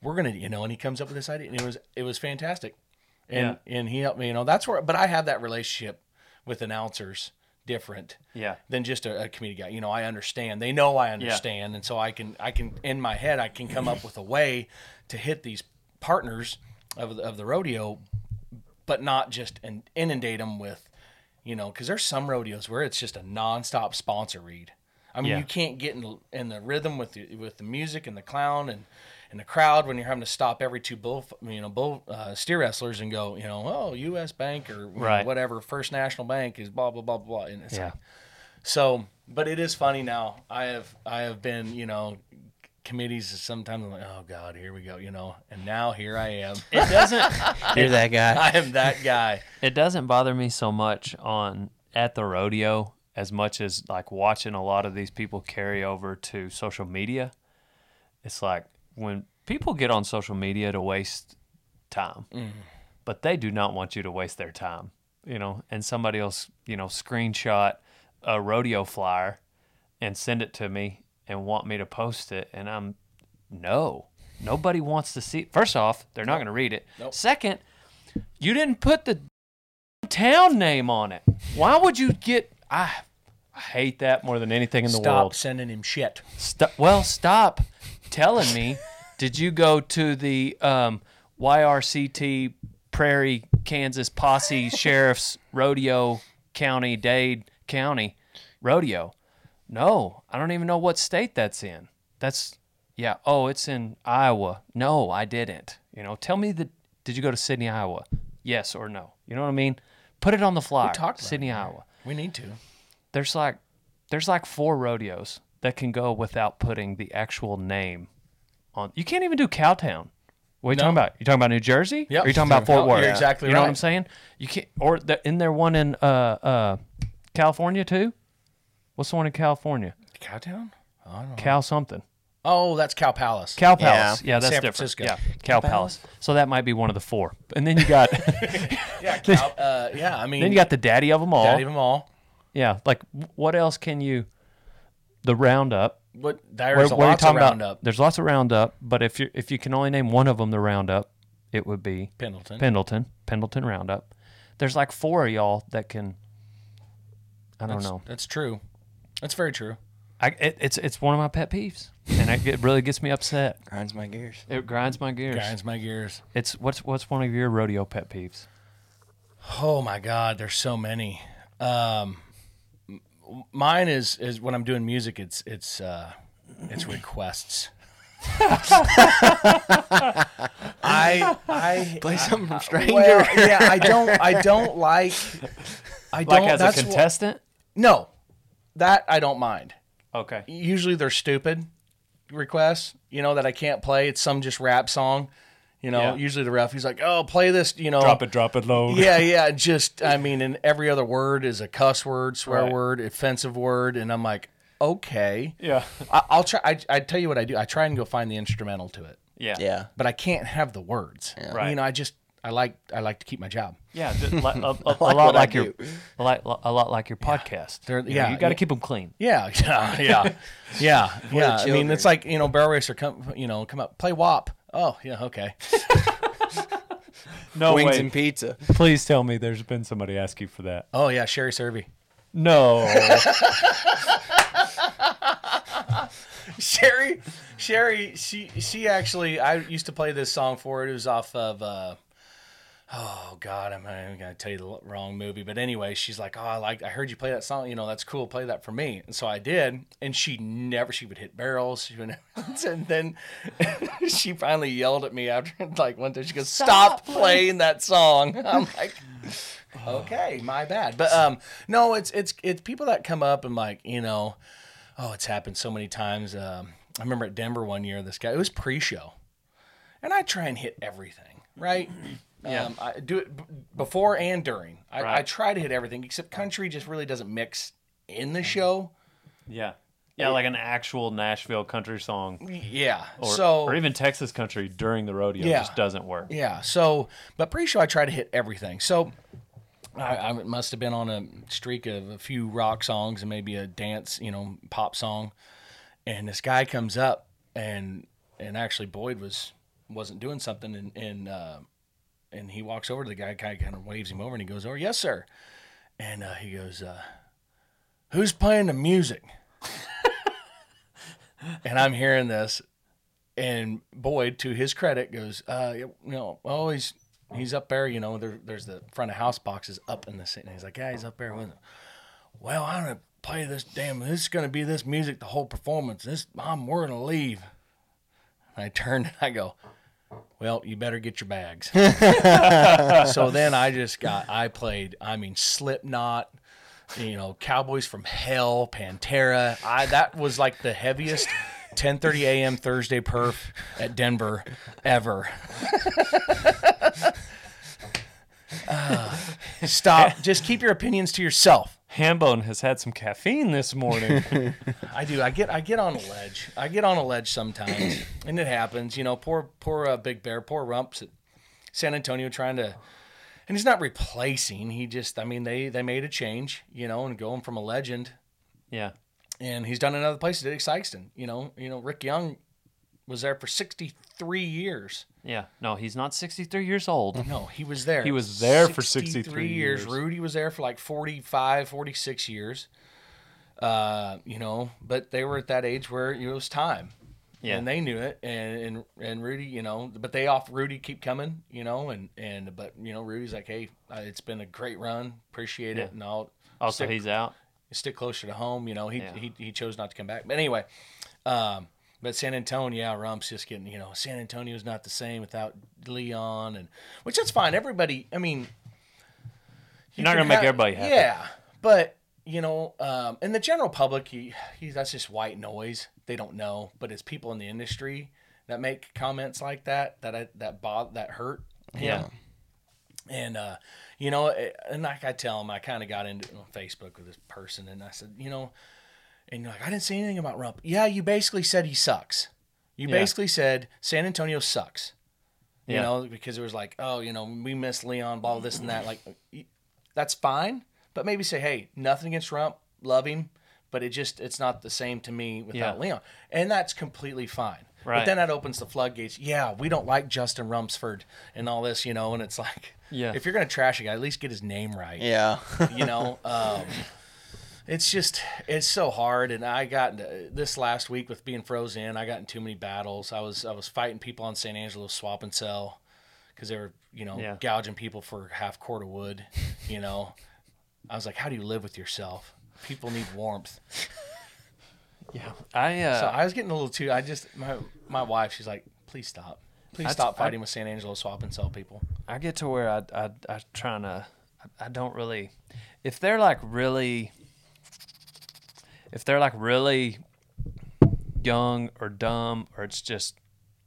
we're gonna you know and he comes up with this idea and it was it was fantastic and and he helped me you know that's where but i have that relationship with announcers different Yeah. than just a, a comedian guy. You know, I understand. They know I understand, and so I can I can in my head I can come up with a way to hit these partners of the, of the rodeo, but not just in, inundate them with, you know, because there's some rodeos where it's just a nonstop sponsor read. I mean, Yeah. you can't get in, the- in the rhythm with the, with the music and the clown and and the crowd when you're having to stop every two bull you know bull uh, steer wrestlers and go you know oh U.S. Bank or you know, Right. whatever First National Bank is blah blah blah blah and it's Yeah. like, so, but it is funny now. I have I have been, you know, committees is sometimes I'm like, oh God, here we go, you know. And now here I am. It doesn't You're that guy. I am that guy. it doesn't bother me so much on at the rodeo as much as like watching a lot of these people carry over to social media. It's like when people get on social media to waste time, Mm-hmm. but they do not want you to waste their time, you know. And somebody else, you know, screenshot a rodeo flyer and send it to me and want me to post it, and I'm no, nobody wants to see. First off, they're not going to read it. Nope. Second, you didn't put the town name on it. Why would you get? I, I hate that more than anything in the Stop world. sending him shit. Stop. Well, stop telling me. did you go to the um, YRCT Prairie, Kansas Posse Sheriff's Rodeo County, Dade County Rodeo? No, I don't even know what state that's in. That's yeah. Oh, it's in Iowa. No, I didn't. You know, tell me the. Did you go to Sydney, Iowa? Yes or no? You know what I mean? Put it on the flyer. talked about Sydney, Iowa We need to. there's like there's like four rodeos that can go without putting the actual name on. You can't even do Cowtown. What are you talking about? You talking about New Jersey? Yep. Or you talking about No, Fort Worth? you're exactly You know right. what I'm saying? You can't. Or the, in there one in uh uh California too. What's the one in California? Cowtown? Cow something. Oh, that's Cow Palace. Cow Palace. Yeah, In that's San different. Francisco. Yeah, Cow Palace. So that might be one of the four. And then you got yeah, cow, uh, yeah, I mean then you got the daddy of them all. daddy of 'em all. yeah. Like what else can you? The roundup. But What- there's what are you lots of talking about? roundup. There's lots of roundup, but if you if you can only name one of them the roundup, it would be Pendleton. Pendleton, Pendleton Roundup. There's like four of y'all that can. I don't That's- know. That's true. That's very true. I, it, it's it's one of my pet peeves, and it get- really gets me upset. Grinds my gears. It grinds my gears. Grinds my gears. It's what's what's one of your rodeo pet peeves? Oh my God, there's so many. Um, m- mine is is when I'm doing music. It's it's uh, it's requests. I I Play something from Stranger. Ah, well, yeah I don't I don't like I Like don't as that's wh- a contestant? no, that I don't mind. okay. Usually they're stupid requests, you know that I can't play. It's some just rap song, you know. Yeah. Usually the ref he's like, oh, play this, you know, Drop it, drop it low. yeah, yeah. Just I mean, and every other word is a cuss word, swear Right. word, offensive word, and I'm like, okay, Yeah. I, I'll try. I, I tell you what I do. I try and go find the instrumental to it, Yeah. Yeah. but I can't have the words. Right. You know, I just I like I like to keep my job. Yeah, just li- a, a, a what lot I like your, do. a lot, a lot like your podcast. They're- You know, yeah, you got to yeah. keep them clean. Yeah, yeah, yeah, yeah, yeah. I mean, it's children. like you know, barrel racer. Come, you know, come up, play WAP. Oh yeah, okay. No Wings way. and pizza. Please tell me there's been somebody ask you for that. Oh yeah, Sherry Servy. No. Sherry, Sherry, she she actually I used to play this song for it. It was off of uh, oh god, I'm, I'm gonna tell you the l- wrong movie, but anyway, she's like, oh, I like I heard you play that song. You know, that's cool. Play that for me. And so I did, and she never she would hit barrels. She would, and then she finally yelled at me after like one day. She goes, stop, playing that song. I'm like. Okay, my bad. But um no, it's it's it's people that come up and like, you know, oh, it's happened so many times. Um, I remember at Denver one year, this guy, it was pre show. And I try and hit everything, right? Yeah. Um, I do it b- before and during. I, I Right. try to hit everything, except country just really doesn't mix in Mm-hmm. the show. Yeah, yeah, like an actual Nashville country song, Yeah. or, so, or even Texas country during the rodeo Yeah. just doesn't work. yeah. So, but pre show, I try to hit everything. So, I, I must have been on a streak of a few rock songs and maybe a dance, you know, pop song. And this guy comes up and and actually Boyd was wasn't doing something and and uh, and he walks over to the guy, guy kind of waves him over and he goes, "Oh yes, sir," and uh, he goes, uh, "Who's playing the music?" and I'm hearing this, and Boyd, to his credit, goes, uh, you know, oh, he's he's up there. You know, there, there's the front of house boxes up in the city. And he's like, yeah, he's up there with him. Well, I'm gonna play this damn. This is gonna be this music the whole performance. This I'm we're gonna leave. And I turn and I go. Well, you better get your bags. so then I just got, I played, I mean, Slipknot, you know, Cowboys from Hell, Pantera. I that was like the heaviest 10:30 a.m. Thursday perf at Denver ever. Ah, stop. Just keep your opinions to yourself. Hambone has had some caffeine this morning. I do. I get I get on a ledge. I get on a ledge sometimes, and it happens. You know, poor poor uh, Big Bear, poor Rumps at San Antonio trying to, and he's not replacing. He just, I mean, they they made a change, you know, and going from a legend yeah, and he's done it in other places. Did Sykeston, you know, you know, Rick Young was there for sixty three years. yeah. No, he's not 63 years old. No, he was there. He was there for 63 years. years. Rudy was there for like 45, 46 years. Uh, you know, but they were at that age where you know, it was time. Yeah. And they knew it and, and and Rudy, you know, but they off Rudy keep coming, you know, and and but you know, Rudy's like, "Hey, uh, it's been a great run. Appreciate it." Yeah. And I'll Also, stick- he's out. stick closer to home. You know, he Yeah. he, he chose not to come back. But anyway, um, but San Antonio, yeah, Rump's just getting you know San Antonio's not the same without Leon, and which that's fine. Everybody, I mean, You're not can gonna make have- everybody happy. Yeah, but you know, um, and the general public, he, he that's just white noise. They don't know, but it's people in the industry that make comments like that that I, that bob that hurt. Yeah. And uh, you know, eh, and like I tell him, I kind of got into on Facebook with this person, and I said, you know, and you're like, I didn't say anything about Rump. Yeah, you basically said he sucks. You Yeah. basically said San Antonio sucks. You Yeah. know, because it was like, oh, you know, we miss Leon, blah, this and that. Like, y- that's fine, but maybe say, hey, nothing against Rump, love him, but it just it's not the same to me without Yeah. Leon, and that's completely fine. But Right. then that opens the floodgates. Yeah, we don't like Justin Rumsford and all this, you know, and it's like, Yeah. if you're gonna trash a guy, at least get his name right Yeah. you know um, it's just it's so hard and i got into, this last week with being frozen in i got in too many battles i was i was fighting people on san angelo swap and sell because they were you know Yeah. gouging people for half cord of wood you know i was like how do you live with yourself people need warmth Yeah, I uh, so i was getting a little too i just my my wife she's like please stop please That's- stop I- fighting with san angelo swap and sell people I get to where I I I trying to I, I don't really if they're like really if they're like really young or dumb or it's just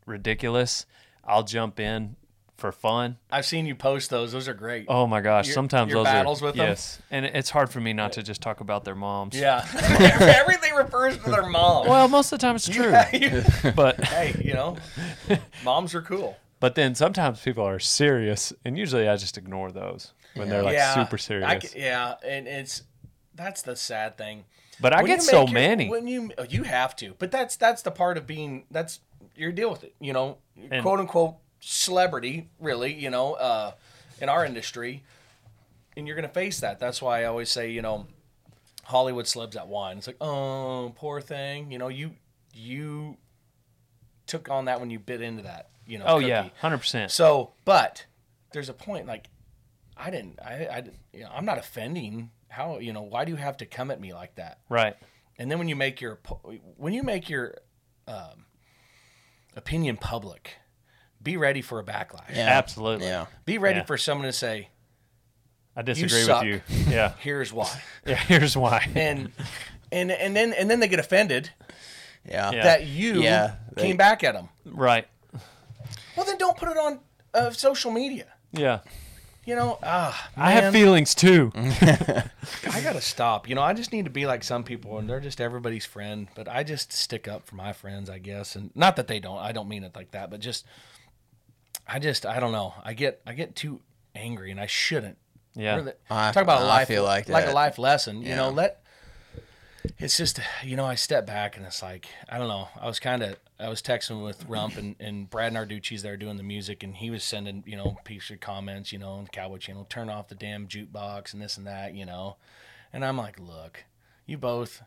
ridiculous, I'll jump in for fun. i've seen you post those those are great Oh my gosh, Your- sometimes your those are- battles with 'em? yes, and it- it's hard for me not to just talk about their moms. yeah everything refers to their mom Well, most of the time it's true, but hey you know moms are cool But then sometimes people are serious, and usually I just ignore those when they're like super serious. I c- yeah, and it's that's the sad thing. but I When get you so make your- many. When you oh, you have to, but that's that's the part of being that's your deal with it. You know, quote unquote celebrity, really. You know, uh, in our industry, and you're gonna face that. That's why I always say, you know, Hollywood celebs that wine. It's like, oh, poor thing. You know, you you took on that when you bit into that. You know, oh yeah, cookie. hundred percent. So, but there's a point like I didn't I I didn't- you know, I'm not offending how you know why do you have to come at me like that? Right. And then when you make your pu- when you make your um, opinion public, be ready for a backlash. Yeah. Absolutely. Yeah. Be ready Yeah. for someone to say, I disagree suck. with you. Yeah. "Here's why," yeah. Here's why. and and and then and then they get offended Yeah. Yeah. that you Yeah, they- came back at them. right. Well, then don't put it on uh, social media. Yeah. Mm-hmm. You know, ah, I have man. feelings too. I gotta stop. You know, I just need to be like some people, and they're just everybody's friend. But I just stick up for my friends, I guess. And not that they don't. I don't mean it like that. But just, I just, I don't know. I get, I get too angry, and I shouldn't. Yeah. Really- I- Talk about a I life, feel like like a that. life lesson. You know, Yeah. let. It's just, you know, I step back and it's like, I don't know. I was kind of, I was texting with Rump and, and Brad Narducci's there doing the music, and he was sending, you know, pieces of comments, you know, on the Cowboy Channel, turn off the damn jukebox and this and that, you know. And I'm like, look, you both,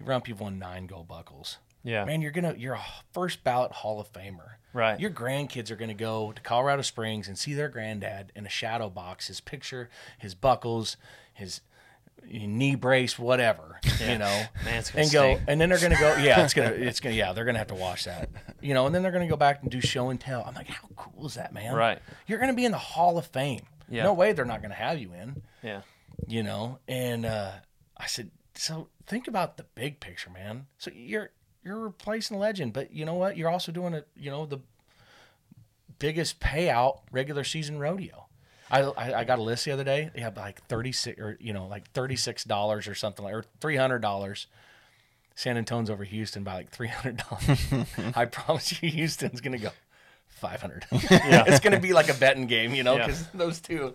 Rump, you've won nine gold buckles. Yeah. Man, you're gonna you're a first ballot Hall of Famer. Right. Your grandkids are gonna go to Colorado Springs and see their granddad in a shadow box, his picture, his buckles, his knee brace, whatever. You know. Man, it's gonna and go stink. and then they're gonna go yeah, it's gonna it's gonna yeah, they're gonna have to watch that. You know, and then they're gonna go back and do show and tell. I'm like, how cool is that, man? Right. You're gonna be in the Hall of Fame. Yeah. No way they're not gonna have you in Yeah. you know and uh, i said so think about the big picture man so you're you're replacing a legend but you know what you're also doing a you know the biggest payout regular season rodeo I, I, I got a list the other day. They had like thirty six or you know like thirty six dollars or something like or three hundred dollars. San Antonio's over Houston by like three hundred dollars. I promise you, Houston's gonna go five hundred. Yeah. it's gonna be like a betting game, you know, Yeah. because those two.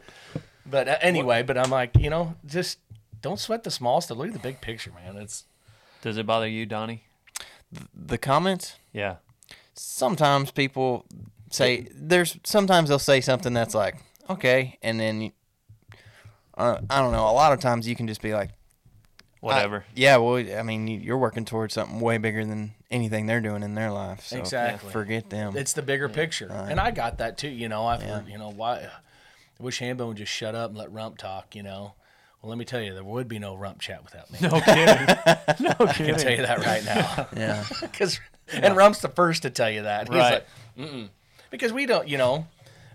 But uh, anyway, but I'm like, you know, just don't sweat the small stuff. Look at the big picture, man. It's Does it bother you, Donnie? The comments. Yeah. Sometimes people say there's sometimes they'll say something that's like okay, and then you- uh, I don't know. A lot of times you can just be like I- Whatever. yeah. Well, I mean you- you're working towards something way bigger than anything they're doing in their life. So Exactly. Forget them. it's the bigger picture, and I got that too. You know, I've heard, you know why. I wish Hambone would just shut up and let Rump talk. You know. Well, let me tell you, there would be no Rump chat without me. no kidding. No I can tell you kidding. that right now. yeah. because and Rump's the first to tell you that. He's Right. like, Mm-mm. because we don't, you know.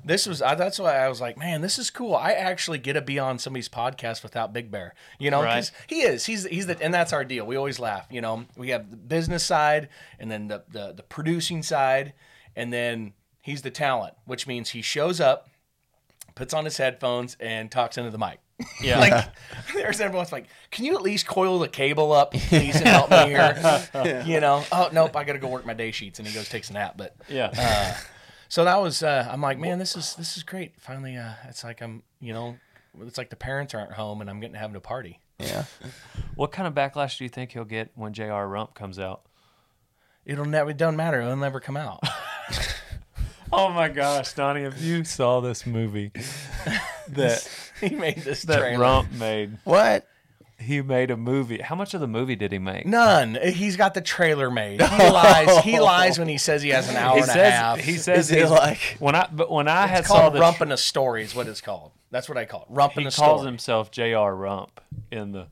This was I, that's why I was like, man, this is cool. I actually get to be on somebody's podcast without Big Bear, you know, Right. 'cause he is he's he's the and that's our deal. We always laugh, you know. We have the business side and then the the, the producing side, and then he's the talent, which means he shows up, puts on his headphones, and talks into the mic. Yeah. Like, there's everyone's like, can you at least coil the cable up, please, and help me here? You know, oh nope, I got to go work my day sheets, and he goes takes a nap. But yeah. so that was, uh, I'm like, man, this is this is great. Finally, uh, it's like I'm, you know, it's like the parents aren't home, and I'm getting to having a party. Yeah. what kind of backlash do you think he'll get when J.R. Rump comes out? It'll never, it don't matter. It'll never come out. Oh my gosh, Donnie! If you saw this movie that he made this that trailer. Rump made, What? he made a movie. How much of the movie did he make? None. He's got the trailer made. He lies. He lies when he says he has an hour he and a half. says he says Is it he's- like- when I but when I had it's saw called the rumping a story. Is what it's called. That's what I call it. Rumping he a calls story. himself J.R. Rump in the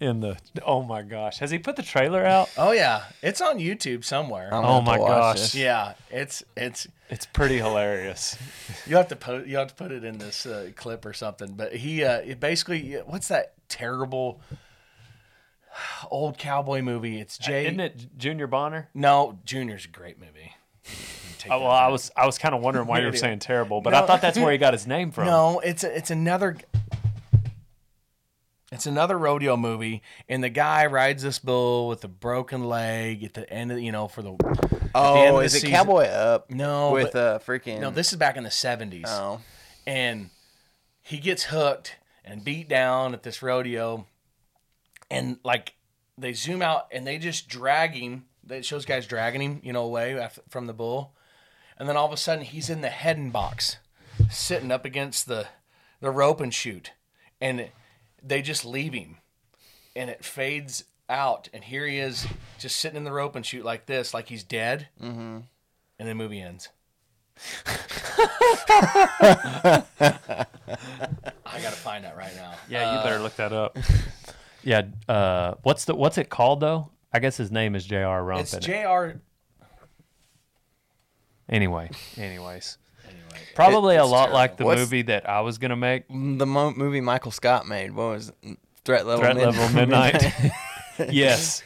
in the oh my gosh has he put the trailer out? Oh yeah, it's on YouTube somewhere. I'm gonna Oh have to my watch gosh, this. yeah, it's it's. it's pretty hilarious. You will have to put you will have to put it in this uh, clip or something. But he uh, it basically what's that terrible old cowboy movie? It's Jay. Isn't it Junior Bonner? No, Junior's a great movie. Take Oh, that well, I was I was kind of wondering why you were Maybe. saying terrible, but No. I thought that's where he got his name from. No, it's a, it's another it's another rodeo movie, and the guy rides this bull with a broken leg at the end of you know for the at the end Oh, of the is it season- Cowboy Up? No, with but- uh, freaking. No, this is back in the seventies, Oh, and he gets hooked and beat down at this rodeo, and like they zoom out and they just drag him. It shows guys dragging him, you know, away af- from the bull, and then all of a sudden he's in the heading box, sitting up against the the rope and shoot, and they just leave him, and it fades out, and here he is just sitting in the rope and shoot like this, like he's dead, mm-hmm. and the movie ends. I gotta find that right now. Yeah, you better look that up. yeah, uh, what's the what's it called though? I guess his name is J.R. Rump. It's isn't it? Jr. Anyway, anyways. Probably a it's lot terrible. like the What's- movie that I was gonna make, the mo- movie Michael Scott made. What was it? Threat Level? Threat Mid- Level Midnight. yes,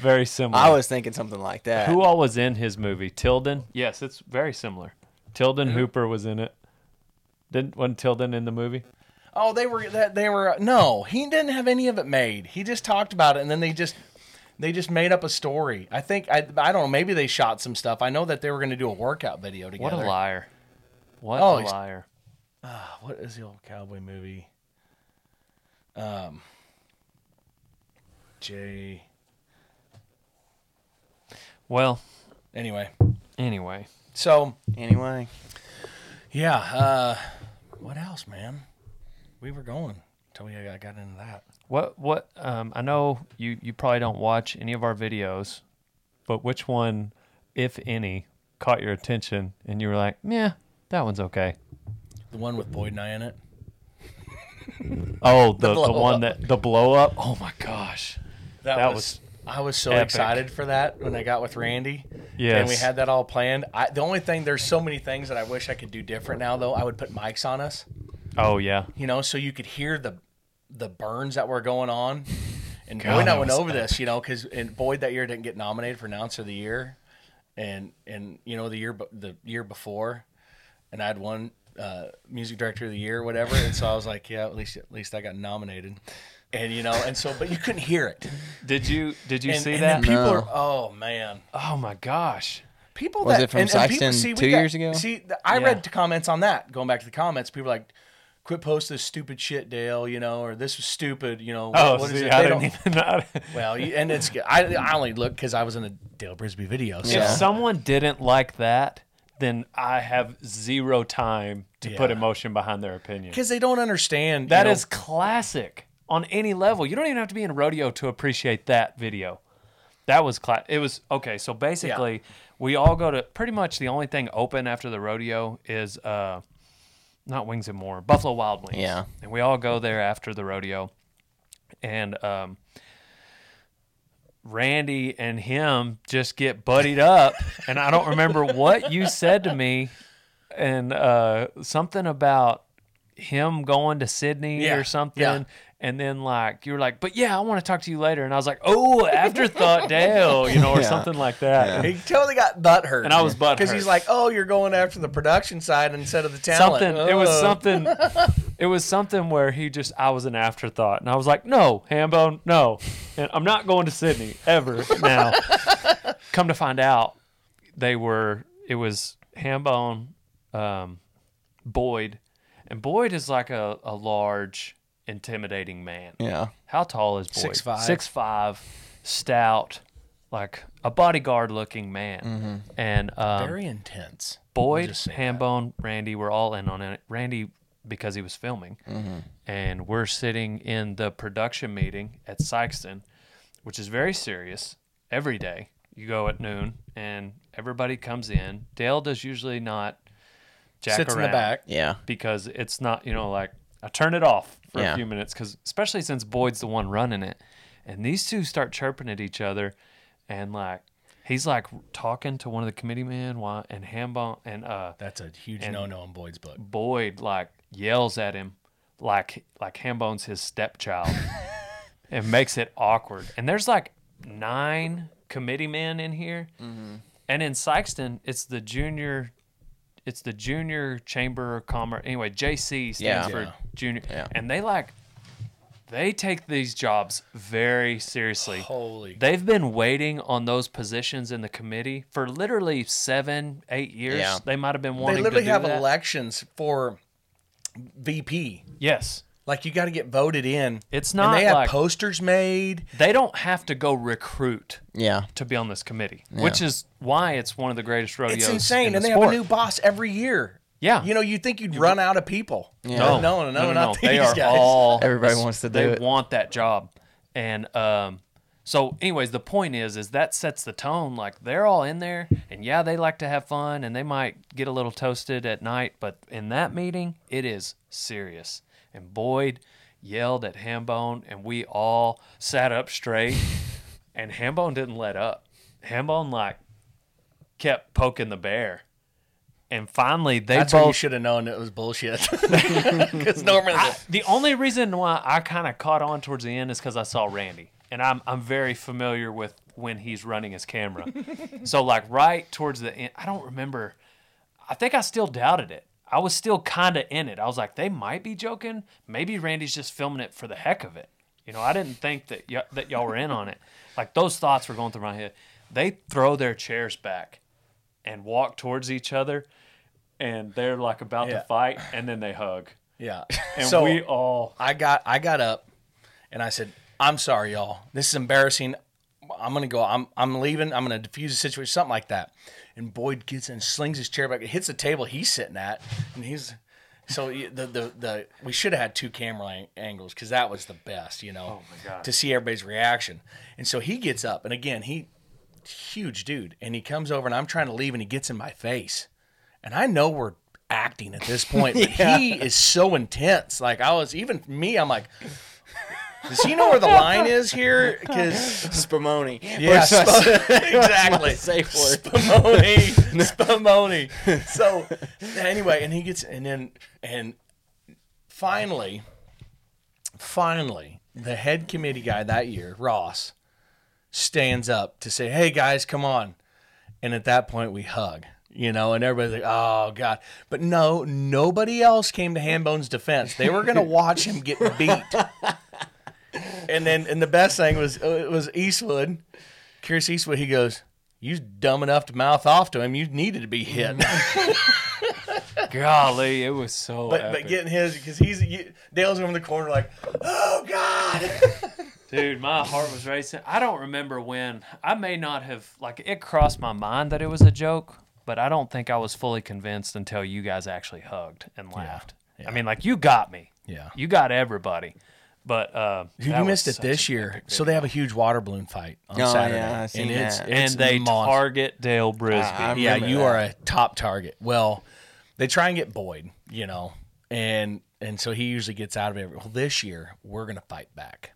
very similar. I was thinking something like that. Who all was in his movie? Tilden. Yes, it's very similar. Tilden Hooper was in it. Didn't wasn't Tilden in the movie? Oh, they were that they were no, he didn't have any of it made. He just talked about it and then they just they just made up a story. I think I I don't know, maybe they shot some stuff. I know that they were going to do a workout video What together. a liar! What Oh, a he's- liar! What is the old cowboy movie? Um J Well, Anyway. anyway, So, Anyway, yeah, uh what else, man? We were going until we I got into that. what what? Um, I know you you probably don't watch any of our videos, but which one, if any, caught your attention and you were like, yeah, that one's okay. The one with Boyd and I in it. Oh, the, the, blow one up. that the blow up. Oh my gosh. That, That was, was I was so epic. excited for that when I got with Randy. Yes. And we had that all planned. I, the only thing there's so many things that I wish I could do different now though. I would put mics on us, Oh yeah. you know, so you could hear the the burns that were going on. And God, Boyd and I that went was over this, you know, because and Boyd that year didn't get nominated for announcer of the year, and and you know the year be- the year before, and I had won uh, music director of the year or whatever, and so I was like, yeah, at least at least I got nominated, and you know, and so but you couldn't hear it. Did you did you and, see and that? then people No. are oh man oh my gosh. people Was that it from and, and people, Sykeson see, we two got- years ago? see th- i Yeah. read the comments on that going back to the comments people were like quit posting this stupid shit dale you know or this was stupid you know Oh, what, what is see, it I They didn't don't- even know. well you, and it's i, I only look because i was in a dale brisby video so If someone didn't like that, then I have zero time to put Yeah. emotion behind their opinion. because they don't understand That you know, is classic on any level. You don't even have to be in rodeo to appreciate that video. That was class. It was okay. So basically, we all go to pretty much the only thing open after the rodeo is uh, not Wings and More, Buffalo Wild Wings. Yeah. and we all go there after the rodeo, and um, Randy and him just get buddied up, and I don't remember what you said to me, and uh, something about him going to Sydney Yeah, yeah. or something. And then like you were like, but yeah, I want to talk to you later. And I was like, oh, afterthought, Dale, you know, or Yeah. something like that. he totally got butt hurt And I was butthurt. because he's like oh you're going after the production side instead of the talent Something. It was Oh. something. It was something where he just I was an afterthought, and I was like, no, Hambone, no, and I'm not going to Sydney ever now. Come to find out, they were. It was Hambone, um, Boyd, and Boyd is like a, a large, intimidating man. yeah. How tall is Boyd? Six five. Six five, stout, like a bodyguard looking man. And um, Mm-hmm. very intense Boyd, just say Hambone, Randy were all in on it. Randy because he was filming. Mm-hmm. And we're sitting in the production meeting at Sykeston, which is very serious every day. You go at noon and everybody comes in. Dale does usually not jack Sits in around the back. Yeah. because it's not you know like I turn it off for Yeah. a few minutes because especially since Boyd's the one running it, and these two start chirping at each other, and like he's like talking to one of the committee men, why and Hambone and uh That's a huge no no in Boyd's book. Boyd like yells at him like like Hambone's his stepchild, and makes it awkward. And there's like nine committee men in here, Mm-hmm. and in Sykeston it's the junior it's the junior chamber of commerce. Anyway, JC stands Yeah. for Yeah. junior, Yeah. and they like they take these jobs very seriously. Holy. They've been waiting on those positions in the committee for literally seven, eight years. Yeah. They might have been wanting They literally to do have that. elections for VP. Yes, Like you got to get voted in. It's And not they have like- posters made. they don't have to go recruit Yeah. to be on this committee, which is why it's one of the greatest rodeos. It's insane, in the and they sport. have a new boss every year. Yeah. You know, you'd think you'd run out of people. No, no, no, no, not They these are guys. all. Everybody wants to do They it. want that job, and um. So, anyways, the point is, is that sets the tone. Like they're all in there, and yeah, they like to have fun, and they might get a little toasted at night, but in that meeting, it is serious. And Boyd yelled at Hambone, and we all sat up straight. and Hambone didn't let up. Hambone like kept poking the bear, and finally they That's when you both should have known it was bullshit. Because normally, the only reason why I kind of caught on towards the end is because I saw Randy, and I'm I'm very familiar with when he's running his camera. so like right towards the end, I don't remember. I think I still doubted it. I was still kind of in it. I was like, they might be joking. Maybe Randy's just filming it for the heck of it. You know, I didn't think that y- that y'all were in on it. Like those thoughts were going through my head. They throw their chairs back and walk towards each other, and they're like about Yeah. to fight, and then they hug. yeah. And so we all I got I got up, and I said, "I'm sorry, y'all. This is embarrassing. I'm gonna go. I'm I'm leaving. I'm gonna defuse the situation, something like that." And Boyd gets and slings his chair back. It hits the table he's sitting at, and he's. So y- the the, the we should have had two camera ang- angles because that was the best, you know, oh my God. to see everybody's reaction. And so he gets up, and again he huge dude, and he comes over, and I'm trying to leave, and he gets in my face, and I know we're acting at this point, but he is so intense. Like I was, even me, I'm like, does he know where the line is here? Because Spumoni. yeah, Sp- exactly. Safe word. Spumoni, Spumoni. So anyway, and he gets and then and finally, finally, the head committee guy that year, Ross, stands up to say, "Hey guys, come on!" And at that point, we hug. You know, and everybody's like, "Oh God!" But no, nobody else came to Hambone's defense. They were gonna watch him get beat. And then, and the best thing was uh, it was Eastwood, Curious Eastwood. He goes, "You dumb enough to mouth off to him. You needed to be hit." Golly, it was so. but epic. but getting his because he's you, Dale's over in the corner like, "Oh God!" Dude, my heart was racing. I don't remember when. I may not have like it crossed my mind that it was a joke, but I don't think I was fully convinced until you guys actually hugged and laughed. I mean, like you got me. Yeah. you got everybody. But uh, Dude, that you was missed it such this an year. epic So video. they have a huge water balloon fight on Oh, Saturday, yeah, I seen and it's, that. it's and they monster. Ah, target Dale Brisby. I yeah, remember you that. are a top target. Well, they try and get Boyd, you know, and and so he usually gets out of it. Well, this year we're gonna fight back.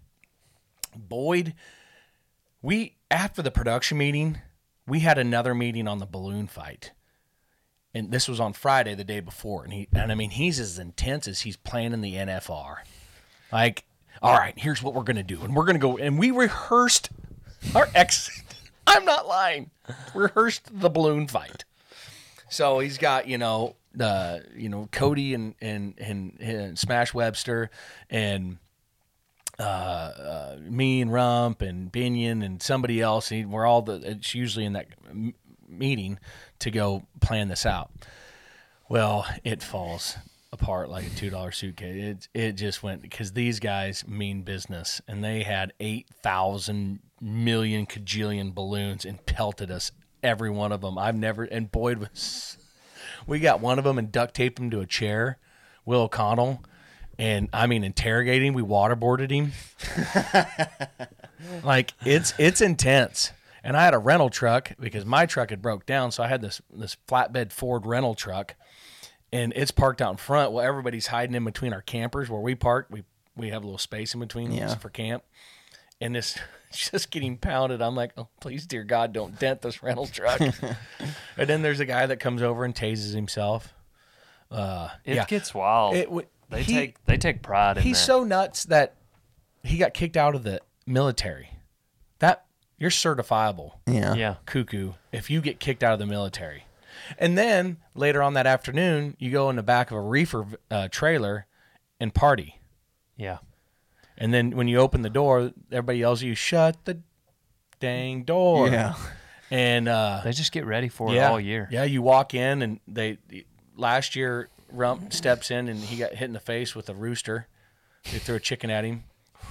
Boyd, we after the production meeting, we had another meeting on the balloon fight, and this was on Friday, the day before. And he and I mean he's as intense as he's playing in the NFR, like. All right, here's what we're gonna do, and we're gonna go, and we rehearsed our ex. I'm not lying. Rehearsed the balloon fight. So he's got you know, uh, you know Cody and and and, and Smash Webster and uh, uh, me and Rump and Binion and somebody else. And we're all the. It's usually in that m- meeting to go plan this out. Well, it falls apart like a two dollar suitcase. It it just went because these guys mean business, and they had eight thousand million cajillion balloons and pelted us every one of them. I've never and Boyd was. We got one of them and duct taped him to a chair. Will O'Connell, and I mean interrogating. We waterboarded him. like it's it's intense. And I had a rental truck because my truck had broke down, so I had this this flatbed Ford rental truck, and it's parked out in front. Well, everybody's hiding in between our campers where we park. We we have a little space in between Yeah. for camp, and this just getting pounded. I'm like, oh please, dear God, don't dent this rental truck. and then there's a guy that comes over and tases himself. It Yeah. gets wild. It w- Oh, they he- take they take pride in He's that. so nuts that he got kicked out of the military. That you're certifiable Yeah. yeah. cuckoo if you get kicked out of the military. And then later on that afternoon, you go in the back of a reefer uh, trailer and party. Yeah. And then when you open the door, everybody yells at you, "Shut the dang door!" Yeah. And uh, They just get ready for yeah, it all year. Yeah, you walk in and they last year Rump steps in and he got hit in the face with a rooster. They threw a chicken at him.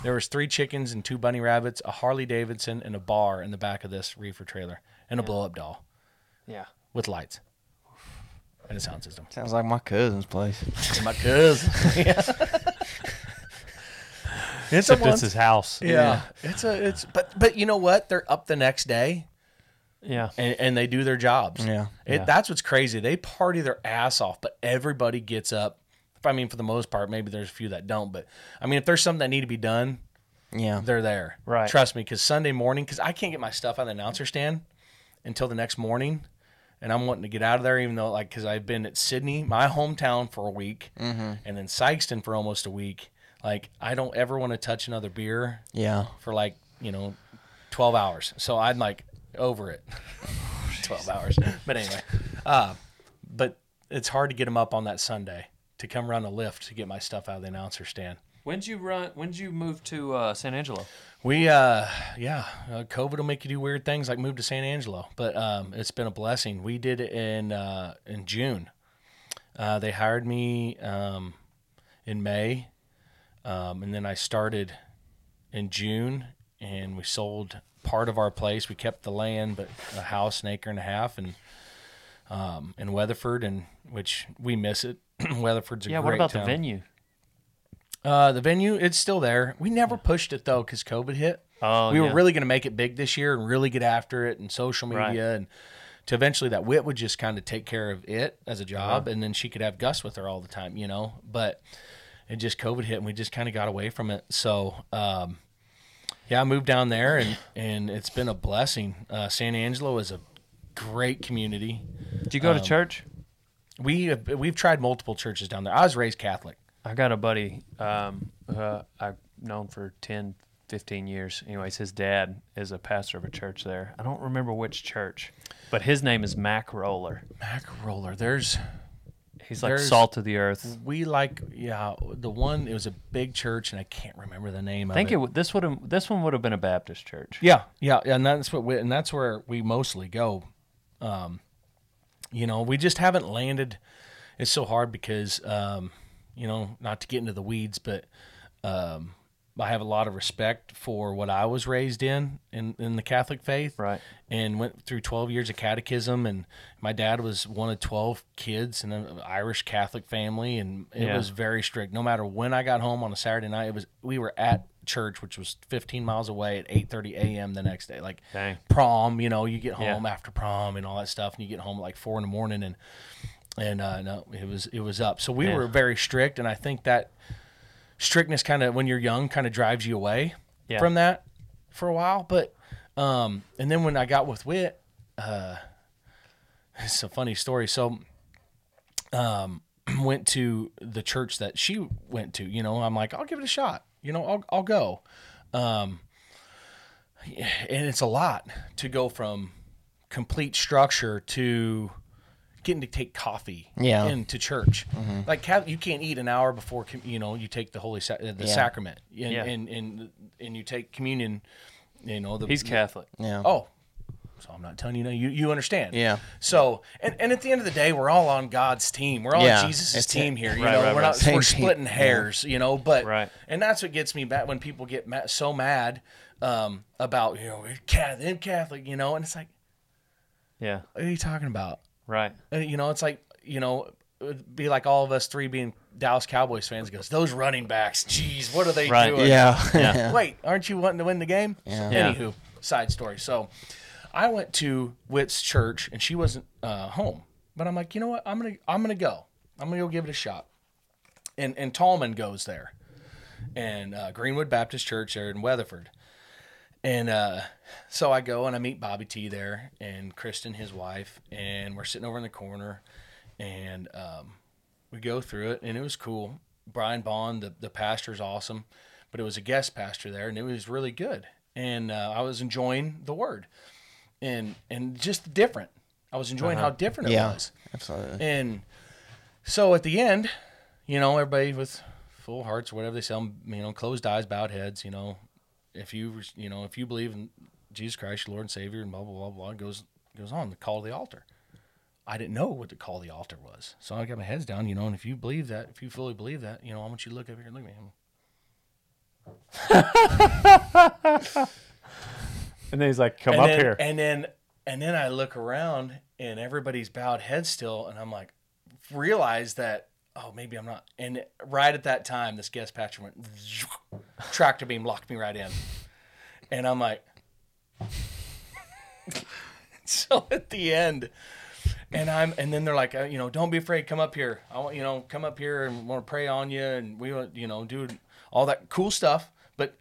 There was three chickens and two bunny rabbits, a Harley Davidson, and a bar in the back of this reefer trailer, and a blow up doll Yeah. with lights and a sound system. Sounds like my cousin's place. my cousin. It's a Except once, it's his house. yeah, it's a it's but but you know what? They're up the next day Yeah. and, and they do their jobs. Yeah. It, Yeah. That's what's crazy. They party their ass off, but everybody gets up. I mean, for the most part, maybe there's a few that don't, but I mean, if there's something that need to be done, Yeah. they're there. Right. Trust me, because Sunday morning, because I can't get my stuff out of the announcer stand until the next morning, and I'm wanting to get out of there, even though like because I've been at Sydney, my hometown, for a week, and then Sykeston for almost a week. Like I don't ever want to touch another beer Yeah. for like you know 12 hours so i'm like over it 12 hours but anyway uh, but it's hard to get them up on that sunday to come run a lift to get my stuff out of the announcer stand When'd you run? When'd you move to uh, San Angelo? we uh yeah uh, covid will make you do weird things like move to san angelo but um it's been a blessing we did it in uh in june uh they hired me um in may um and then i started in june and we sold part of our place we kept the land but a house an acre and a half and um in weatherford and which we miss it weatherford's a Yeah. great What about the town. venue? Uh, the venue, it's still there. We never pushed it though because COVID hit. Oh, we yeah. were really going to make it big this year and really get after it and social media Right. and to eventually that Wit would just kind of take care of it as a Uh-huh. job and then she could have Gus with her all the time, you know. But it just COVID hit and we just kind of got away from it. So um, yeah, I moved down there and and it's been a blessing. Uh, San Angelo is a great community. Did you go Um, to church? We have, we've tried multiple churches down there. I was raised Catholic. I got a buddy um, uh, I've known for 10, 15 years. Anyways, his dad is a pastor of a church there. I don't remember which church, but his name is Mac Roller. Mac roller, there's He's like There's- salt of the earth. We like yeah the one it was a big church and I can't remember the name. I think of it. it would this would have this one would have been a Baptist church. Yeah, yeah, yeah, and that's what we, and that's where we mostly go. Um, you know, we just haven't landed. It's so hard because, um, you know, not to get into the weeds, but um, I have a lot of respect for what I was raised in in, in the Catholic faith, Right. And went through twelve years of catechism, and my dad was one of twelve kids in an Irish Catholic family, and it Yeah. was very strict. No matter when I got home on a Saturday night, it was we were at church, which was 15 miles away at 8:30 a.m. the next day. Like Dang. prom, you know, you get Yeah. home after prom and all that stuff, and you get home at like four in the morning, and and uh, no, it was it was up. So we Yeah. were very strict, and I think that strictness kind of when you're young kind of drives you away Yeah. from that for a while. But um, and then when I got with Wit, uh, it's a funny story. So um, went to the church that she went to. You know, I'm like, I'll give it a shot. You know, I'll I'll go. Um, and it's a lot to go from complete structure to getting to take coffee Yeah. into church. Mm-hmm. Like Catholic, you can't eat an hour before com- you know you take the holy sa- the sacrament and, Yeah. and and and you take communion. You know the He's Catholic. Yeah. Oh, so I'm not telling you. No, you you understand. Yeah. So and, and at the end of the day, we're all on God's team. We're all Yeah, on Jesus' it's- team here. You Right, know, right, we're not right. we're Same team. splitting hairs. You know, but Right. And that's what gets me back when people get ma so mad um, about you know Catholic, Catholic. You know, and it's like, Yeah. what are you talking about? Right. Uh, You know, it's like you know, it'd be like all of us three being Dallas Cowboys fans goes, those running backs, geez, what are they Right. doing? Yeah. Yeah. Wait, aren't you wanting to win the game? Yeah. Anywho, side story. So I went to Witt's church and she wasn't uh, home. But I'm like, you know what? I'm gonna I'm gonna go. I'm gonna go give it a shot. And and Tallman goes there. And uh, Greenwood Baptist Church there in Weatherford. And uh, so I go and I meet Bobby T there and Kristen, his wife, and we're sitting over in the corner and um, we go through it and it was cool. Brian Bond, the, the pastor's awesome, but it was a guest pastor there and it was really good. And uh, I was enjoying the word and and just different. I was enjoying how different it Yeah. was. Absolutely. And so at the end, you know, everybody with full hearts, whatever they sell, you know, closed eyes, bowed heads, you know, if you, you know, if you believe in Jesus Christ, your Lord and Savior, and blah, blah, blah, blah, it goes, goes on, the call to the altar. I didn't know what the call to the altar was. So I got my heads down, you know, and if you believe that, if you fully believe that, you know, I want you to look over here and look at me. And then he's like, "Come and up then, here." And then and then I look around and everybody's bowed head still, and I'm like, realize that oh maybe I'm not. And right at that time, this guest patcher went tractor beam locked me right in, and I'm like, so at the end. And I'm, and then they're like, uh, you know, don't be afraid. Come up here. I want, you know, come up here and want to pray on you, and we want, you know, do all that cool stuff. But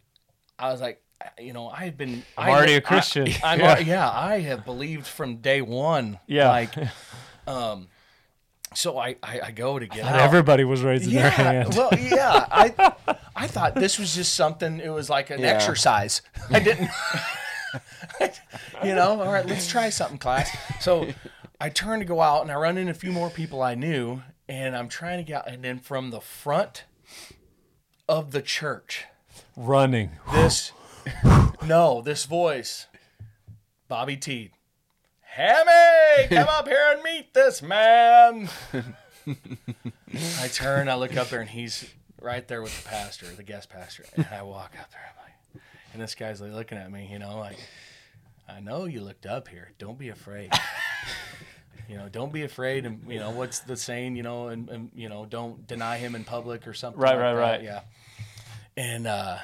I was like, I- you know, I had been I'm already a Christian. I, am Yeah. yeah. I have believed from day one. Yeah. like, um, so I I, I go to get Not out. everybody was raising yeah, their hand. well, yeah. I I thought this was just something. It was like an Yeah. exercise. I didn't, you know. All right, let's try something, class. So I turn to go out, and I run into a few more people I knew, and I'm trying to get. out. And then from the front of the church, Running. this no this voice bobby t hammy come up here and meet this man i turn i look up there and he's right there with the pastor the guest pastor and i walk up there i'm like and this guy's like looking at me you know like i know you looked up here don't be afraid you know don't be afraid and you know what's the saying you know and, and you know don't deny him in public or something Right, like right, that. right. yeah and uh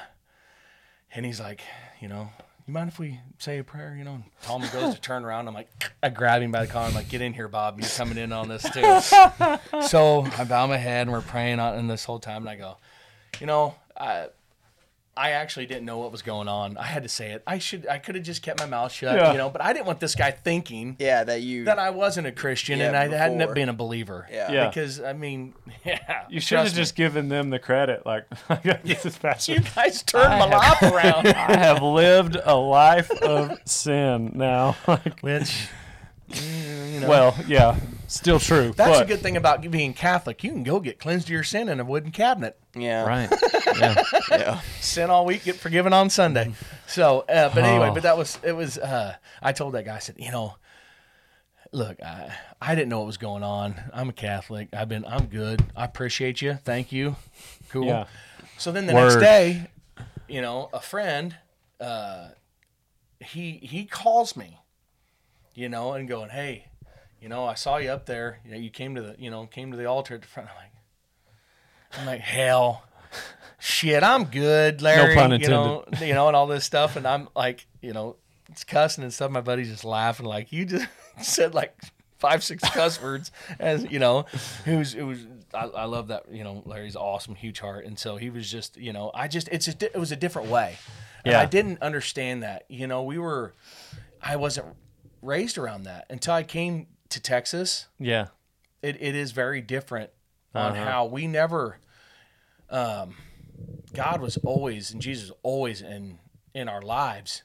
and he's like, you know, you mind if we say a prayer? You know, and Tom goes to turn around. I'm like, I grab him by the collar. I'm like, get in here, Bob. You're coming in on this too. so I bow my head and we're praying on and this whole time. And I go, you know, I, I actually didn't know what was going on. I had to say it. I should, I could have just kept my mouth shut, Yeah. you know, but I didn't want this guy thinking Yeah, that you. that I wasn't a Christian Yeah, and I hadn't before. been a believer. Yeah. Yeah. Because I mean, yeah. You should have trust me. just given them the credit. Like, this is pastor. You guys turned my life around. I have lived a life of sin now. Like, Which, you know, well, yeah, still true. That's but a good thing about being Catholic. You can go get cleansed of your sin in a wooden cabinet. yeah. Right. Yeah. Yeah. Sin all week, get forgiven on Sunday. So, uh, but anyway, Oh. but that was it. Was uh, I told that guy? I said, you know, look, I I didn't know what was going on. I'm a Catholic. I've been. I'm good. I appreciate you. Thank you. Cool. Yeah. So then the next Word. day, you know, a friend, uh, he he calls me, you know, and going, hey, you know, I saw you up there. You know, you came to the, you know, came to the altar at the front. I'm like, I'm like, hell, shit, I'm good, Larry. pun You know, you know, and all this stuff, and I'm like, you know, it's cussing and stuff. My buddy's just laughing, like you just said like five, six cuss words, as you know, it was, it was. I, I love that. You know, Larry's awesome, huge heart, and so he was just, you know, I just, it's, a, di- it was a different way. And Yeah. I didn't understand that. You know, we were, I wasn't raised around that until I came to Texas. Yeah. It, it is very different on Uh-huh. how we never, um, God was always and Jesus was always in in our lives,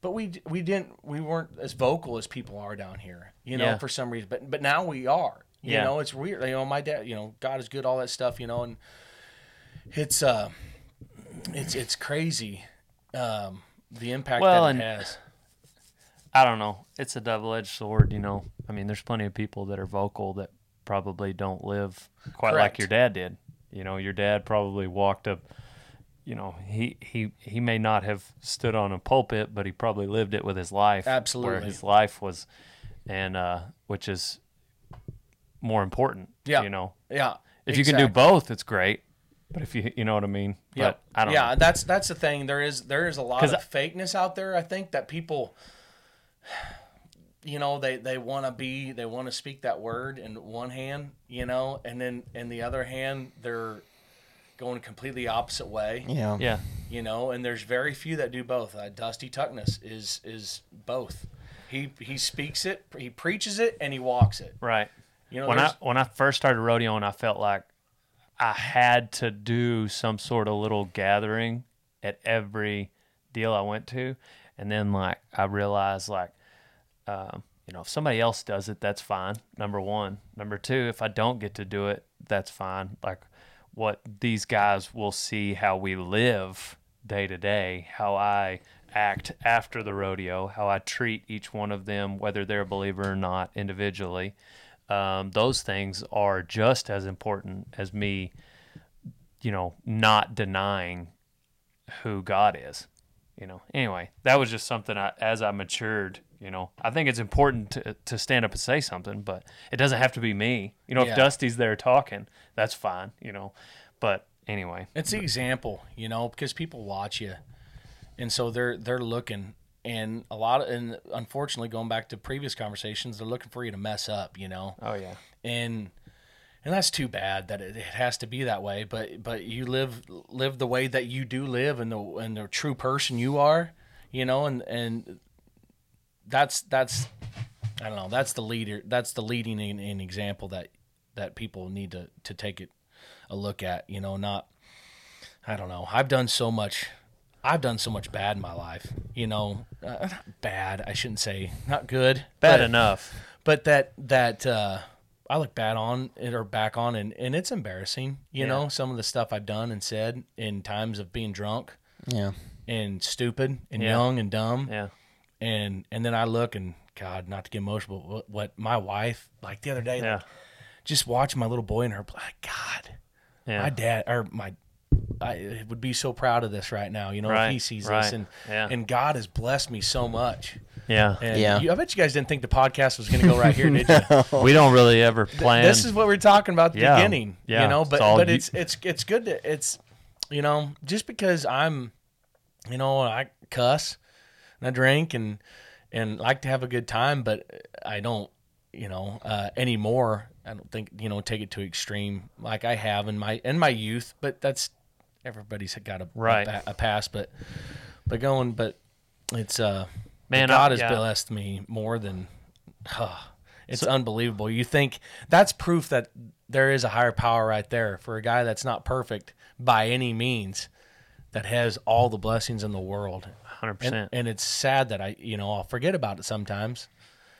but we d- we didn't we weren't as vocal as people are down here, you know, Yeah. for some reason. But but now we are. You Yeah. know, it's weird. You know, my dad, you know, God is good, all that stuff, you know, and it's uh, it's it's crazy, um, the impact Well, that it and- has. I don't know. It's a double edged sword, you know. I mean, there's plenty of people that are vocal that probably don't live quite Correct. like your dad did. You know, your dad probably walked up you know, he he he may not have stood on a pulpit, but he probably lived it with his life. Where Absolutely. his life was and uh which is more important. Yeah. You know. Yeah, If you can do Exactly. both, it's great. But if you you know what I mean. Yeah, But I don't yeah, know. that's that's the thing. There is there is a lot 'Cause of fakeness out there. I think that people, you know, they they want to be they want to speak that word in one hand, you know, and then in the other hand they're going completely opposite way, Yeah. Yeah. you know. And there's very few that do both. Uh, Dusty Tuckness is is both. He he speaks it, he preaches it, and he walks it. Right. You know, when I there's- when I first started rodeoing, I felt like I had to do some sort of little gathering at every deal I went to, and then like I realized like, um, you know, if somebody else does it, that's fine. Number one, number two, if I don't get to do it, that's fine. Like what these guys will see how we live day to day, how I act after the rodeo, how I treat each one of them, whether they're a believer or not, individually um, those things are just as important as me, you know, not denying who God is. You know, anyway, that was just something I, as I matured, you know, I think it's important to, to stand up and say something, but it doesn't have to be me. You know, Yeah. if Dusty's there talking, that's fine, you know. But anyway, It's the example, you know, because people watch you, and so they're they're looking, and a lot of, and unfortunately, going back to previous conversations, they're looking for you to mess up, you know, oh, yeah. and and that's too bad that it, it has to be that way. But but you live live the way that you do live, and the and the true person you are, you know, and and that's that's I don't know, that's the leader, that's the leading an, an example that that people need to to take it a look at, you know, not I don't know. I've done so much. I've done so much bad in my life, you know. Uh, not bad, I shouldn't say not good. Bad but- enough. but that that uh, I look bad on it or back on, and and it's embarrassing. You Yeah. know, some of the stuff I've done and said in times of being drunk Yeah. and stupid and Yeah. young and dumb, Yeah. and and then I look and God, not to get emotional, but what, what my wife like the other day, Yeah. like, just watching my little boy and her, like God, Yeah. my dad or my. I would be so proud of this right now, you know, if Right, he sees right, this, and yeah. and God has blessed me so much. yeah. And Yeah. you, I bet you guys didn't think the podcast was going to go right here, did you? we don't really ever plan. this is what we we're talking about at the Yeah. beginning Yeah. you know It's but all but you- it's it's it's good to it's you know just because i'm you know i cuss and i drink and and like to have a good time but i don't you know uh anymore i don't think you know take it to extreme like i have in my in my youth but that's everybody's got a Right. a, pa- a pass but but going but it's uh Man, god I- has yeah. blessed me more than it's unbelievable. You think that's proof that there is a higher power right there for a guy that's not perfect by any means that has all the blessings in the world. 100%. And, and it's sad that I, you know, I'll forget about it sometimes.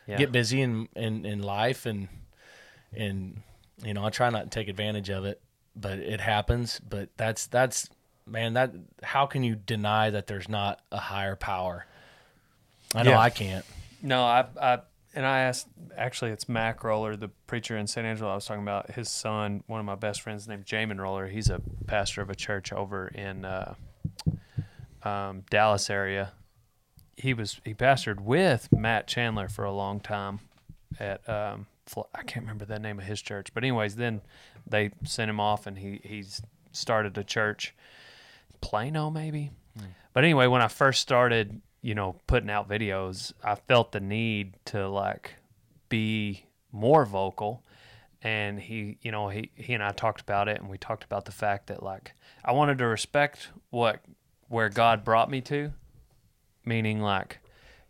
yeah. Get busy in, in, in life and, and, you know, I try not to take advantage of it, but it happens. But that's, that's, man, that, how can you deny that there's not a higher power? I know Yeah. I can't. No, I, I and I asked actually it's Mac Roller, the preacher in San Angelo I was talking about, his son, one of my best friends named Jamin Roller, he's a pastor of a church over in uh, um, Dallas area. He was he pastored with Matt Chandler for a long time at um, Fl- I can't remember the name of his church, but anyways, then they sent him off and he he's started a church Plano maybe. But anyway, when I first started, you know, putting out videos, I felt the need to like be more vocal. And he, you know, he he and I talked about it and we talked about the fact that like I wanted to respect what where God brought me to, meaning like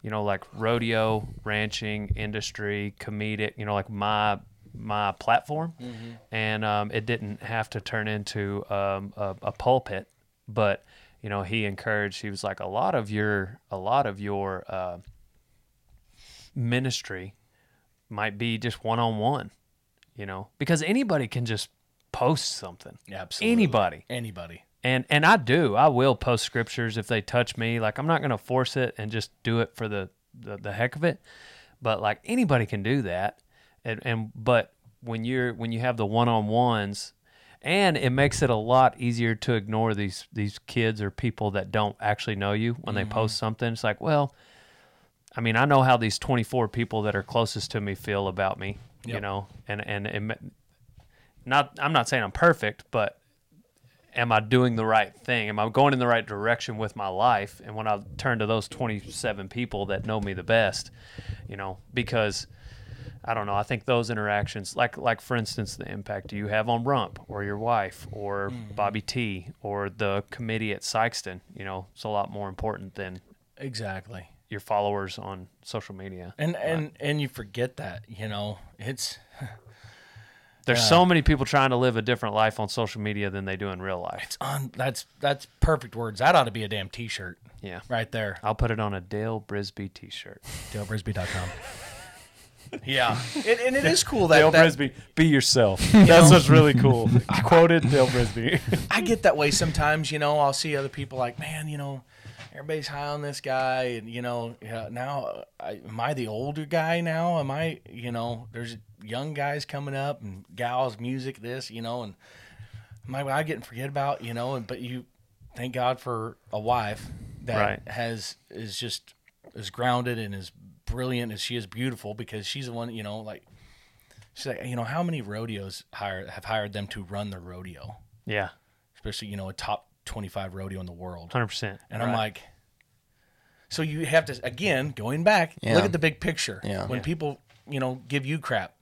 you know, like rodeo, ranching, industry, comedic, you know, like my my platform, and um, it didn't have to turn into um, a, a pulpit. But you know, he encouraged. He was like, a lot of your a lot of your uh, ministry might be just one on one, you know, because anybody can just post something. Absolutely. Anybody Anybody. and and I do. I will post scriptures if they touch me. Like I'm not gonna force it and just do it for the the, the heck of it. But like anybody can do that. And and but when you're when you have the one on ones, and it makes it a lot easier to ignore these these kids or people that don't actually know you when they post something. It's like, well, I mean, I know how these 24 people that are closest to me feel about me, you know, and and it, ma- not I'm not saying I'm perfect, but am I doing the right thing? Am I going in the right direction with my life? And when I turn to those 27 people that know me the best, you know, because I don't know, I think those interactions like like for instance the impact you have on Rump or your wife or Bobby T or the committee at Sykeston, you know, it's a lot more important than Exactly. your followers on social media. And and and you forget that, you know. It's There's so many people trying to live a different life on social media than they do in real life. on that's that's perfect words. That ought to be a damn t-shirt Yeah. right there. I'll put it on a Dale Brisby t shirt. DaleBrisby.com. yeah. And, and it is cool that, Dale that Brisby, be yourself. That's what's really cool. Quoted Dale Brisby. I get that way sometimes, you know. I'll see other people like, man, you know, everybody's high on this guy, and you know, yeah, now I, am I the older guy now? Am I, you know, there's young guys coming up and gals, music, this, you know, and am I, I getting forget about, you know? And but you, thank God for a wife that Right. has is just as grounded and as brilliant as she is beautiful because she's the one, you know, like. She's like, you know, how many rodeos hire have hired them to run the rodeo? Yeah. especially you know a top 25 rodeo in the world 100%. and i'm like so you have to again going back Yeah. look at the big picture Yeah. when Yeah. people you know give you crap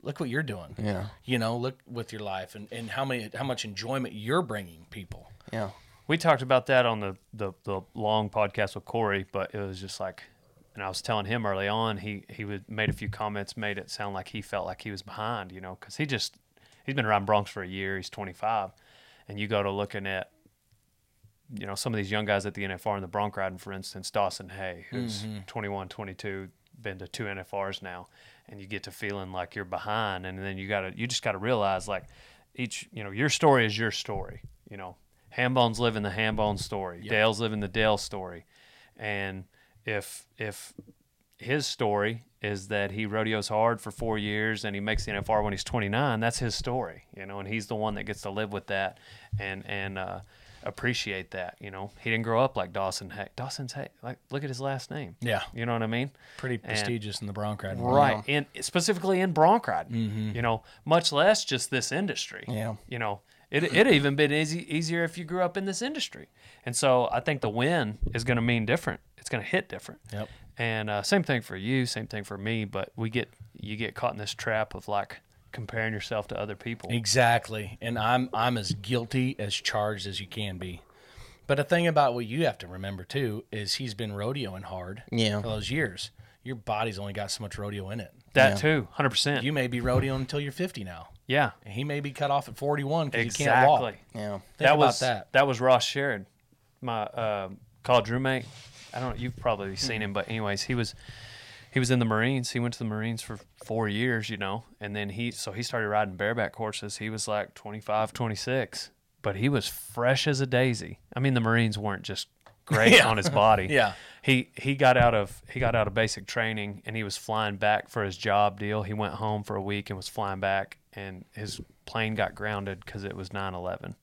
look what you're doing Yeah. you know look with your life and, and how many how much enjoyment you're bringing people Yeah. we talked about that on the, the, the long podcast with Corey, but it was just like, and I was telling him early on, he, he would, made a few comments, made it sound like he felt like he was behind, you know, because he just, he's been around Bronx for a year. He's 25. And you go to looking at, you know, some of these young guys at the NFR and the Bronc riding, for instance, Dawson Hay, who's 21, 22, been to two NFRs now, and you get to feeling like you're behind. And then you got to, you just got to realize like each, you know, your story is your story. You know, Hambone's living the Hambone story, Dale's living the Dale story. And if, if, his story is that he rodeos hard for four years and he makes the NFR when he's 29. That's his story, you know, and he's the one that gets to live with that and and uh, appreciate that. You know, he didn't grow up like Dawson Hay. Dawson's Hay, like look at his last name. Yeah. you know what I mean. pretty And- prestigious in the bronc riding world. right? In specifically in bronc riding, Mm-hmm. you know, much less just this industry. Yeah. you know. It it even been easy easier if you grew up in this industry, and so I think the win is going to mean different. It's going to hit different. Yep. And uh, same thing for you, same thing for me, but we get you get caught in this trap of like comparing yourself to other people. Exactly. And I'm I'm as guilty as charged as you can be. But the thing about what you have to remember too is he's been rodeoing hard Yeah. for those years. Your body's only got so much rodeo in it. That too, hundred percent. You may be rodeoing until you're 50 now. Yeah, And he may be cut off at 41 because exactly. he can't walk. Think Yeah. about was that. was Ross Sherrod, my uh, college roommate. I don't. You've probably seen him, but anyways, he was he was in the Marines. He went to the Marines for four years, you know, and then he so he started riding bareback horses. He was like 25, 26, but he was fresh as a daisy. I mean, the Marines weren't just great on his body. Yeah. He he got out of he got out of basic training and he was flying back for his job deal. He went home for a week and was flying back and his plane got grounded cuz it was 9/11.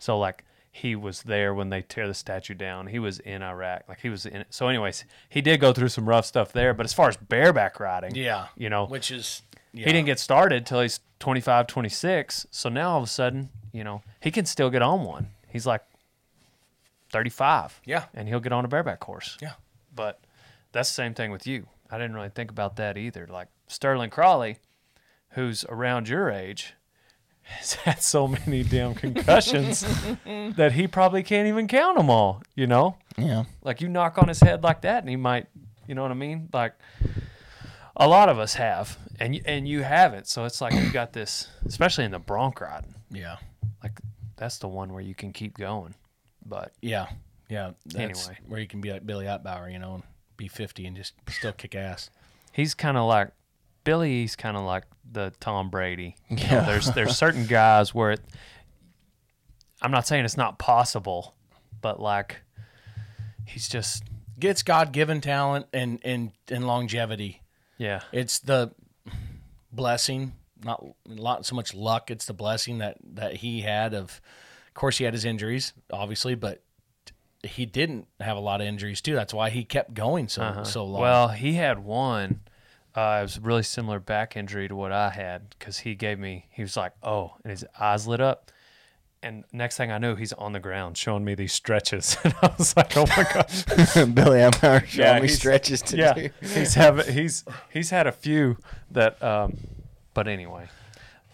So like he was there when they tear the statue down. He was in Iraq. Like he was in it. So anyways, he did go through some rough stuff there, but as far as bareback riding, Yeah. you know, Which is yeah. he didn't get started till he's 25, 26. So now all of a sudden, you know, he can still get on one. He's like 35. Yeah. And he'll get on a bareback horse. Yeah. But that's the same thing with you. I didn't really think about that either. Like Sterling Crawley, who's around your age, He's had so many damn concussions that he probably can't even count them all, you know? Yeah. Like you knock on his head like that, and he might, you know what I mean? Like a lot of us have, and y- and you haven't. So it's like you got this, especially in the bronc riding. Yeah. Like that's the one where you can keep going. But Yeah. Yeah. That's Anyway. where you can be like Billy Outbauer, you know, and be 50 and just still kick ass. he's kind of like Billy. He's kind of like the Tom Brady. You know, there's there's certain guys where it, I'm not saying it's not possible, but like he's just Gets God-given talent and and and longevity. yeah it's the blessing not not so much luck it's the blessing that that he had of of course he had his injuries obviously but he didn't have a lot of injuries too that's why he kept going so so long Well, he had one. Uh, it was a really similar back injury to what I had because he gave me, he was like, oh, and his eyes lit up. And next thing I know, he's on the ground showing me these stretches. and I was like, oh my God. Billy Eisenhower showing me he's- stretches to yeah. do. He's, have, he's, he's had a few that, um, but anyway.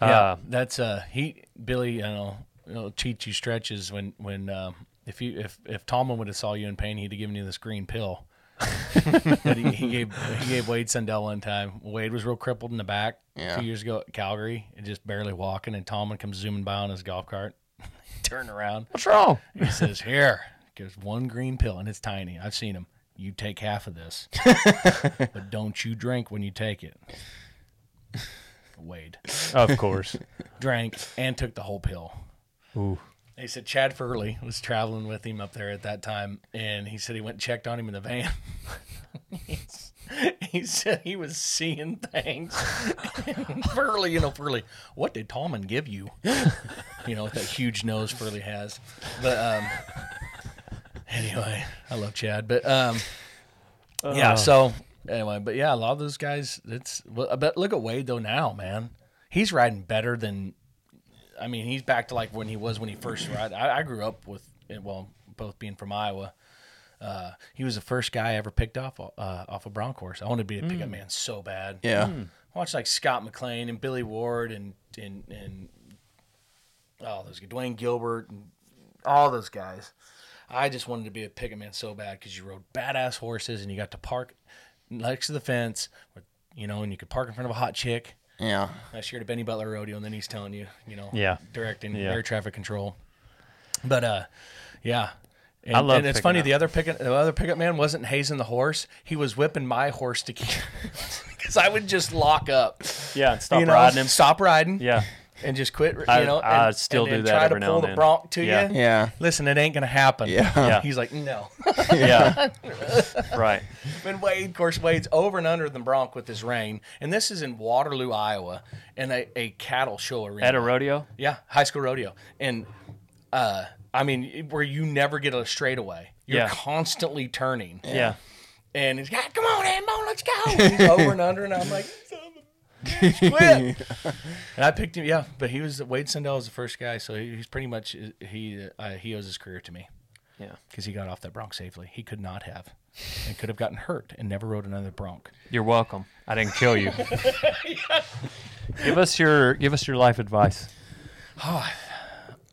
Uh, Yeah, that's uh he Billy. You know, will teach you stretches when when um, if you if if Tomlin would have saw you in pain, he'd have given you this green pill. that he, he gave he gave Wade Sundell one time. Wade was real crippled in the back Yeah. two years ago at Calgary and just barely walking. And Tomlin comes zooming by on his golf cart, turn around. what's wrong? He says, "Here, there's one green pill, and it's tiny. I've seen him. You take half of this, but don't you drink when you take it." Wade Of course. drank and took the whole pill. Ooh. They said Chad Furley was traveling with him up there at that time, and he said he went and checked on him in the van. he said he was seeing things. Furley, you know, Furley, what did Tallman give you? you know, with that huge nose Furley has. But um, anyway, I love Chad, but um, yeah. So anyway, but yeah, a lot of those guys. It's well, but look at Wade though now, man. He's riding better than I mean, he's back to like when he was when he first arrived. I, I grew up with, eh, well, both being from Iowa. Uh, he was the first guy I ever picked off uh, off a brown course. I wanted to be a pickup man so bad. Yeah. Watch like Scott McLean and Billy Ward and and and oh, those Dwayne Gilbert and all those guys. I just wanted to be a picket man so bad because you rode badass horses and you got to park next to the fence, with, you know, and you could park in front of a hot chick. Yeah. I shared a Benny Butler rodeo, and then he's telling you, you know, Yeah. directing Yeah. air traffic control. But uh, yeah, and, love And it's picking funny up. the other picket the other pickup man wasn't hazing the horse; he was whipping my horse to keep because I would just lock up, Yeah. And stop you know, riding him. stop riding, Yeah. and just quit. You I- know, and, I still and, do and that try to every now pull and the then. bronc to Yeah. you. Yeah. Listen, it ain't gonna happen. Yeah. Yeah. He's like, no. Yeah. right. And Wade, of course, Wade's over and under the bronc with his rein, and this is in Waterloo, Iowa, in a, a cattle show arena. At a rodeo? Yeah, high school rodeo, and uh, I mean, where you never get a straightaway. You're Yeah. constantly turning, Yeah. and he's like, "Come on, Ambo, let's go!" He's over and under, and I'm like, "Son of a bitch, quit. and I picked him, yeah, but he was Wade Sundell was the first guy, so he- he's pretty much he uh, he owes his career to me Yeah. because he got off that bronc safely. He could not have, and could have gotten hurt and never rode another bronc. You're welcome. I didn't kill you. give us your give us your life advice.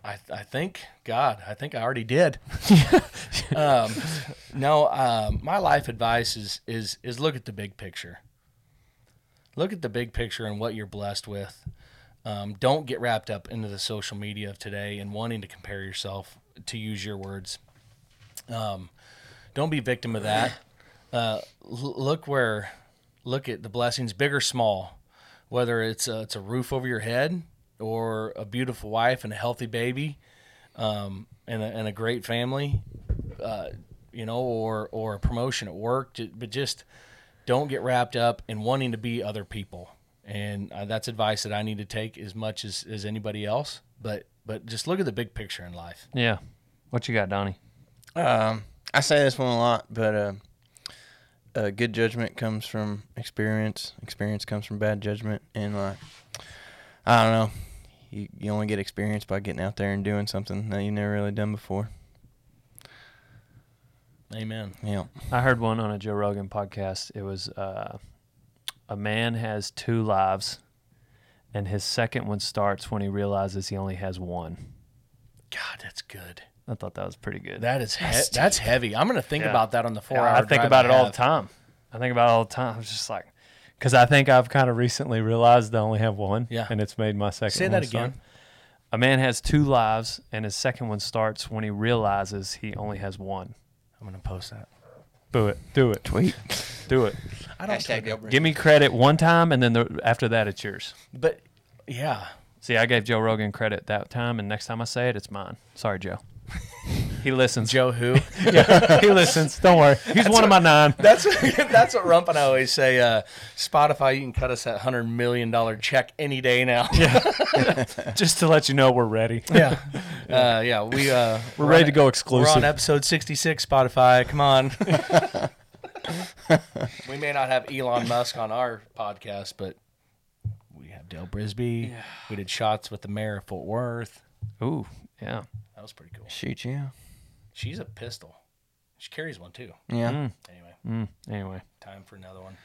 I, I think God, I think I already did. um, no, um, my life advice is is is look at the big picture. Look at the big picture and what you're blessed with. Um, don't get wrapped up into the social media of today and wanting to compare yourself. To use your words, um, don't be victim of that. Uh, l- look where, look at the blessings, big or small whether it's a, it's a roof over your head or a beautiful wife and a healthy baby um, and, a, and a great family, uh, you know, or, or a promotion at work. ju- But just don't get wrapped up in wanting to be other people. And uh, that's advice that I need to take as much as, as anybody else. But but just look at the big picture in life. Yeah. What you got, Donnie? Um, I say this one a lot, but uh, uh, good judgment comes from experience. Experience comes from bad judgment, and like I don't know, you you only get experience by getting out there and doing something that you never really done before. Amen. Yeah, I heard one on a Joe Rogan podcast. It was uh, a man has two lives, and his second one starts when he realizes he only has one. God, that's good. I thought that was pretty good. That is he- that's heavy. I'm gonna think Yeah. about that on the four Yeah, hour. I think drive about it all the have. time. I think about it all the time. I was just like, Because I think I've kind of recently realized I only have one. Yeah. And it's made my second Say one that start. again. a man has two lives, and his second one starts when he realizes he only has one. I'm gonna post that. Do it. Do it. tweet. Do it. I don't tweet it, Give me credit one time, and then the, after that, it's yours. but yeah, See, I gave Joe Rogan credit that time, and next time I say it, it's mine. Sorry, Joe. He listens. Joe who? he listens. Don't worry. He's one of my nine. that's what, that's what Rump and I always say. Uh, Spotify, you can cut us that hundred million dollar check any day now. Yeah, Just to let you know, we're ready. yeah, uh, yeah. We uh, We're ready on- to go We're exclusive. on episode sixty six. Spotify, come on. We may not have Elon Musk on our podcast, but we have Dale Brisby. We did shots with the mayor of Fort Worth. Ooh, yeah. That was pretty cool. Shoot you. She's a pistol. She carries one too. Yeah. Anyway, Mm, anyway. time for another one.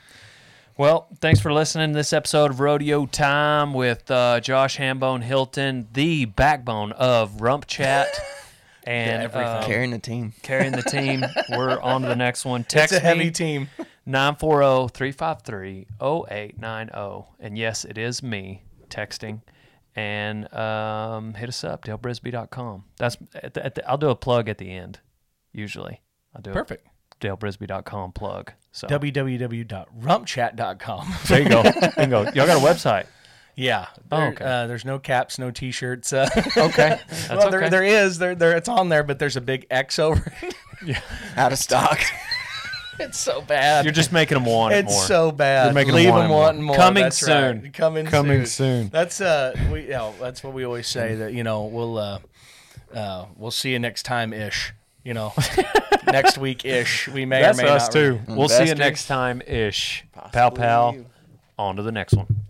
Well, thanks for listening to this episode of Rodeo Time with uh, Josh Hambone Hilton, the backbone of Rump Chat, and uh, Carrying the team. carrying the team. We're on to the next one. Text It's a heavy me team. oh, 940-353-0890. oh. and yes, it is me texting. And um, hit us up, dalebrisby.com. That's at the, at the, I'll do a plug at the end. Usually, I'll do Perfect. a dalebrisby.com plug. So uh, www.rumpchat.com. there you go. Bingo. Y'all got a website. yeah. Oh, There- okay. uh, there's no caps, no t-shirts. Uh, Okay, that's well, there, okay. there is. There, there. It's on there, but there's a big X over it. Out of stock. It's so bad. You're just making them want it it's more. so bad. You're making Leave them them want wanting more. Coming That's soon. right. Coming, Coming soon. soon. That's uh, we. You know, that's what we always say. That you know, we'll uh, uh, we'll see you next time ish. You know, next week ish. We may That's or may us not. too. we'll see you Bastard. next time ish. Pow pow. On to the next one.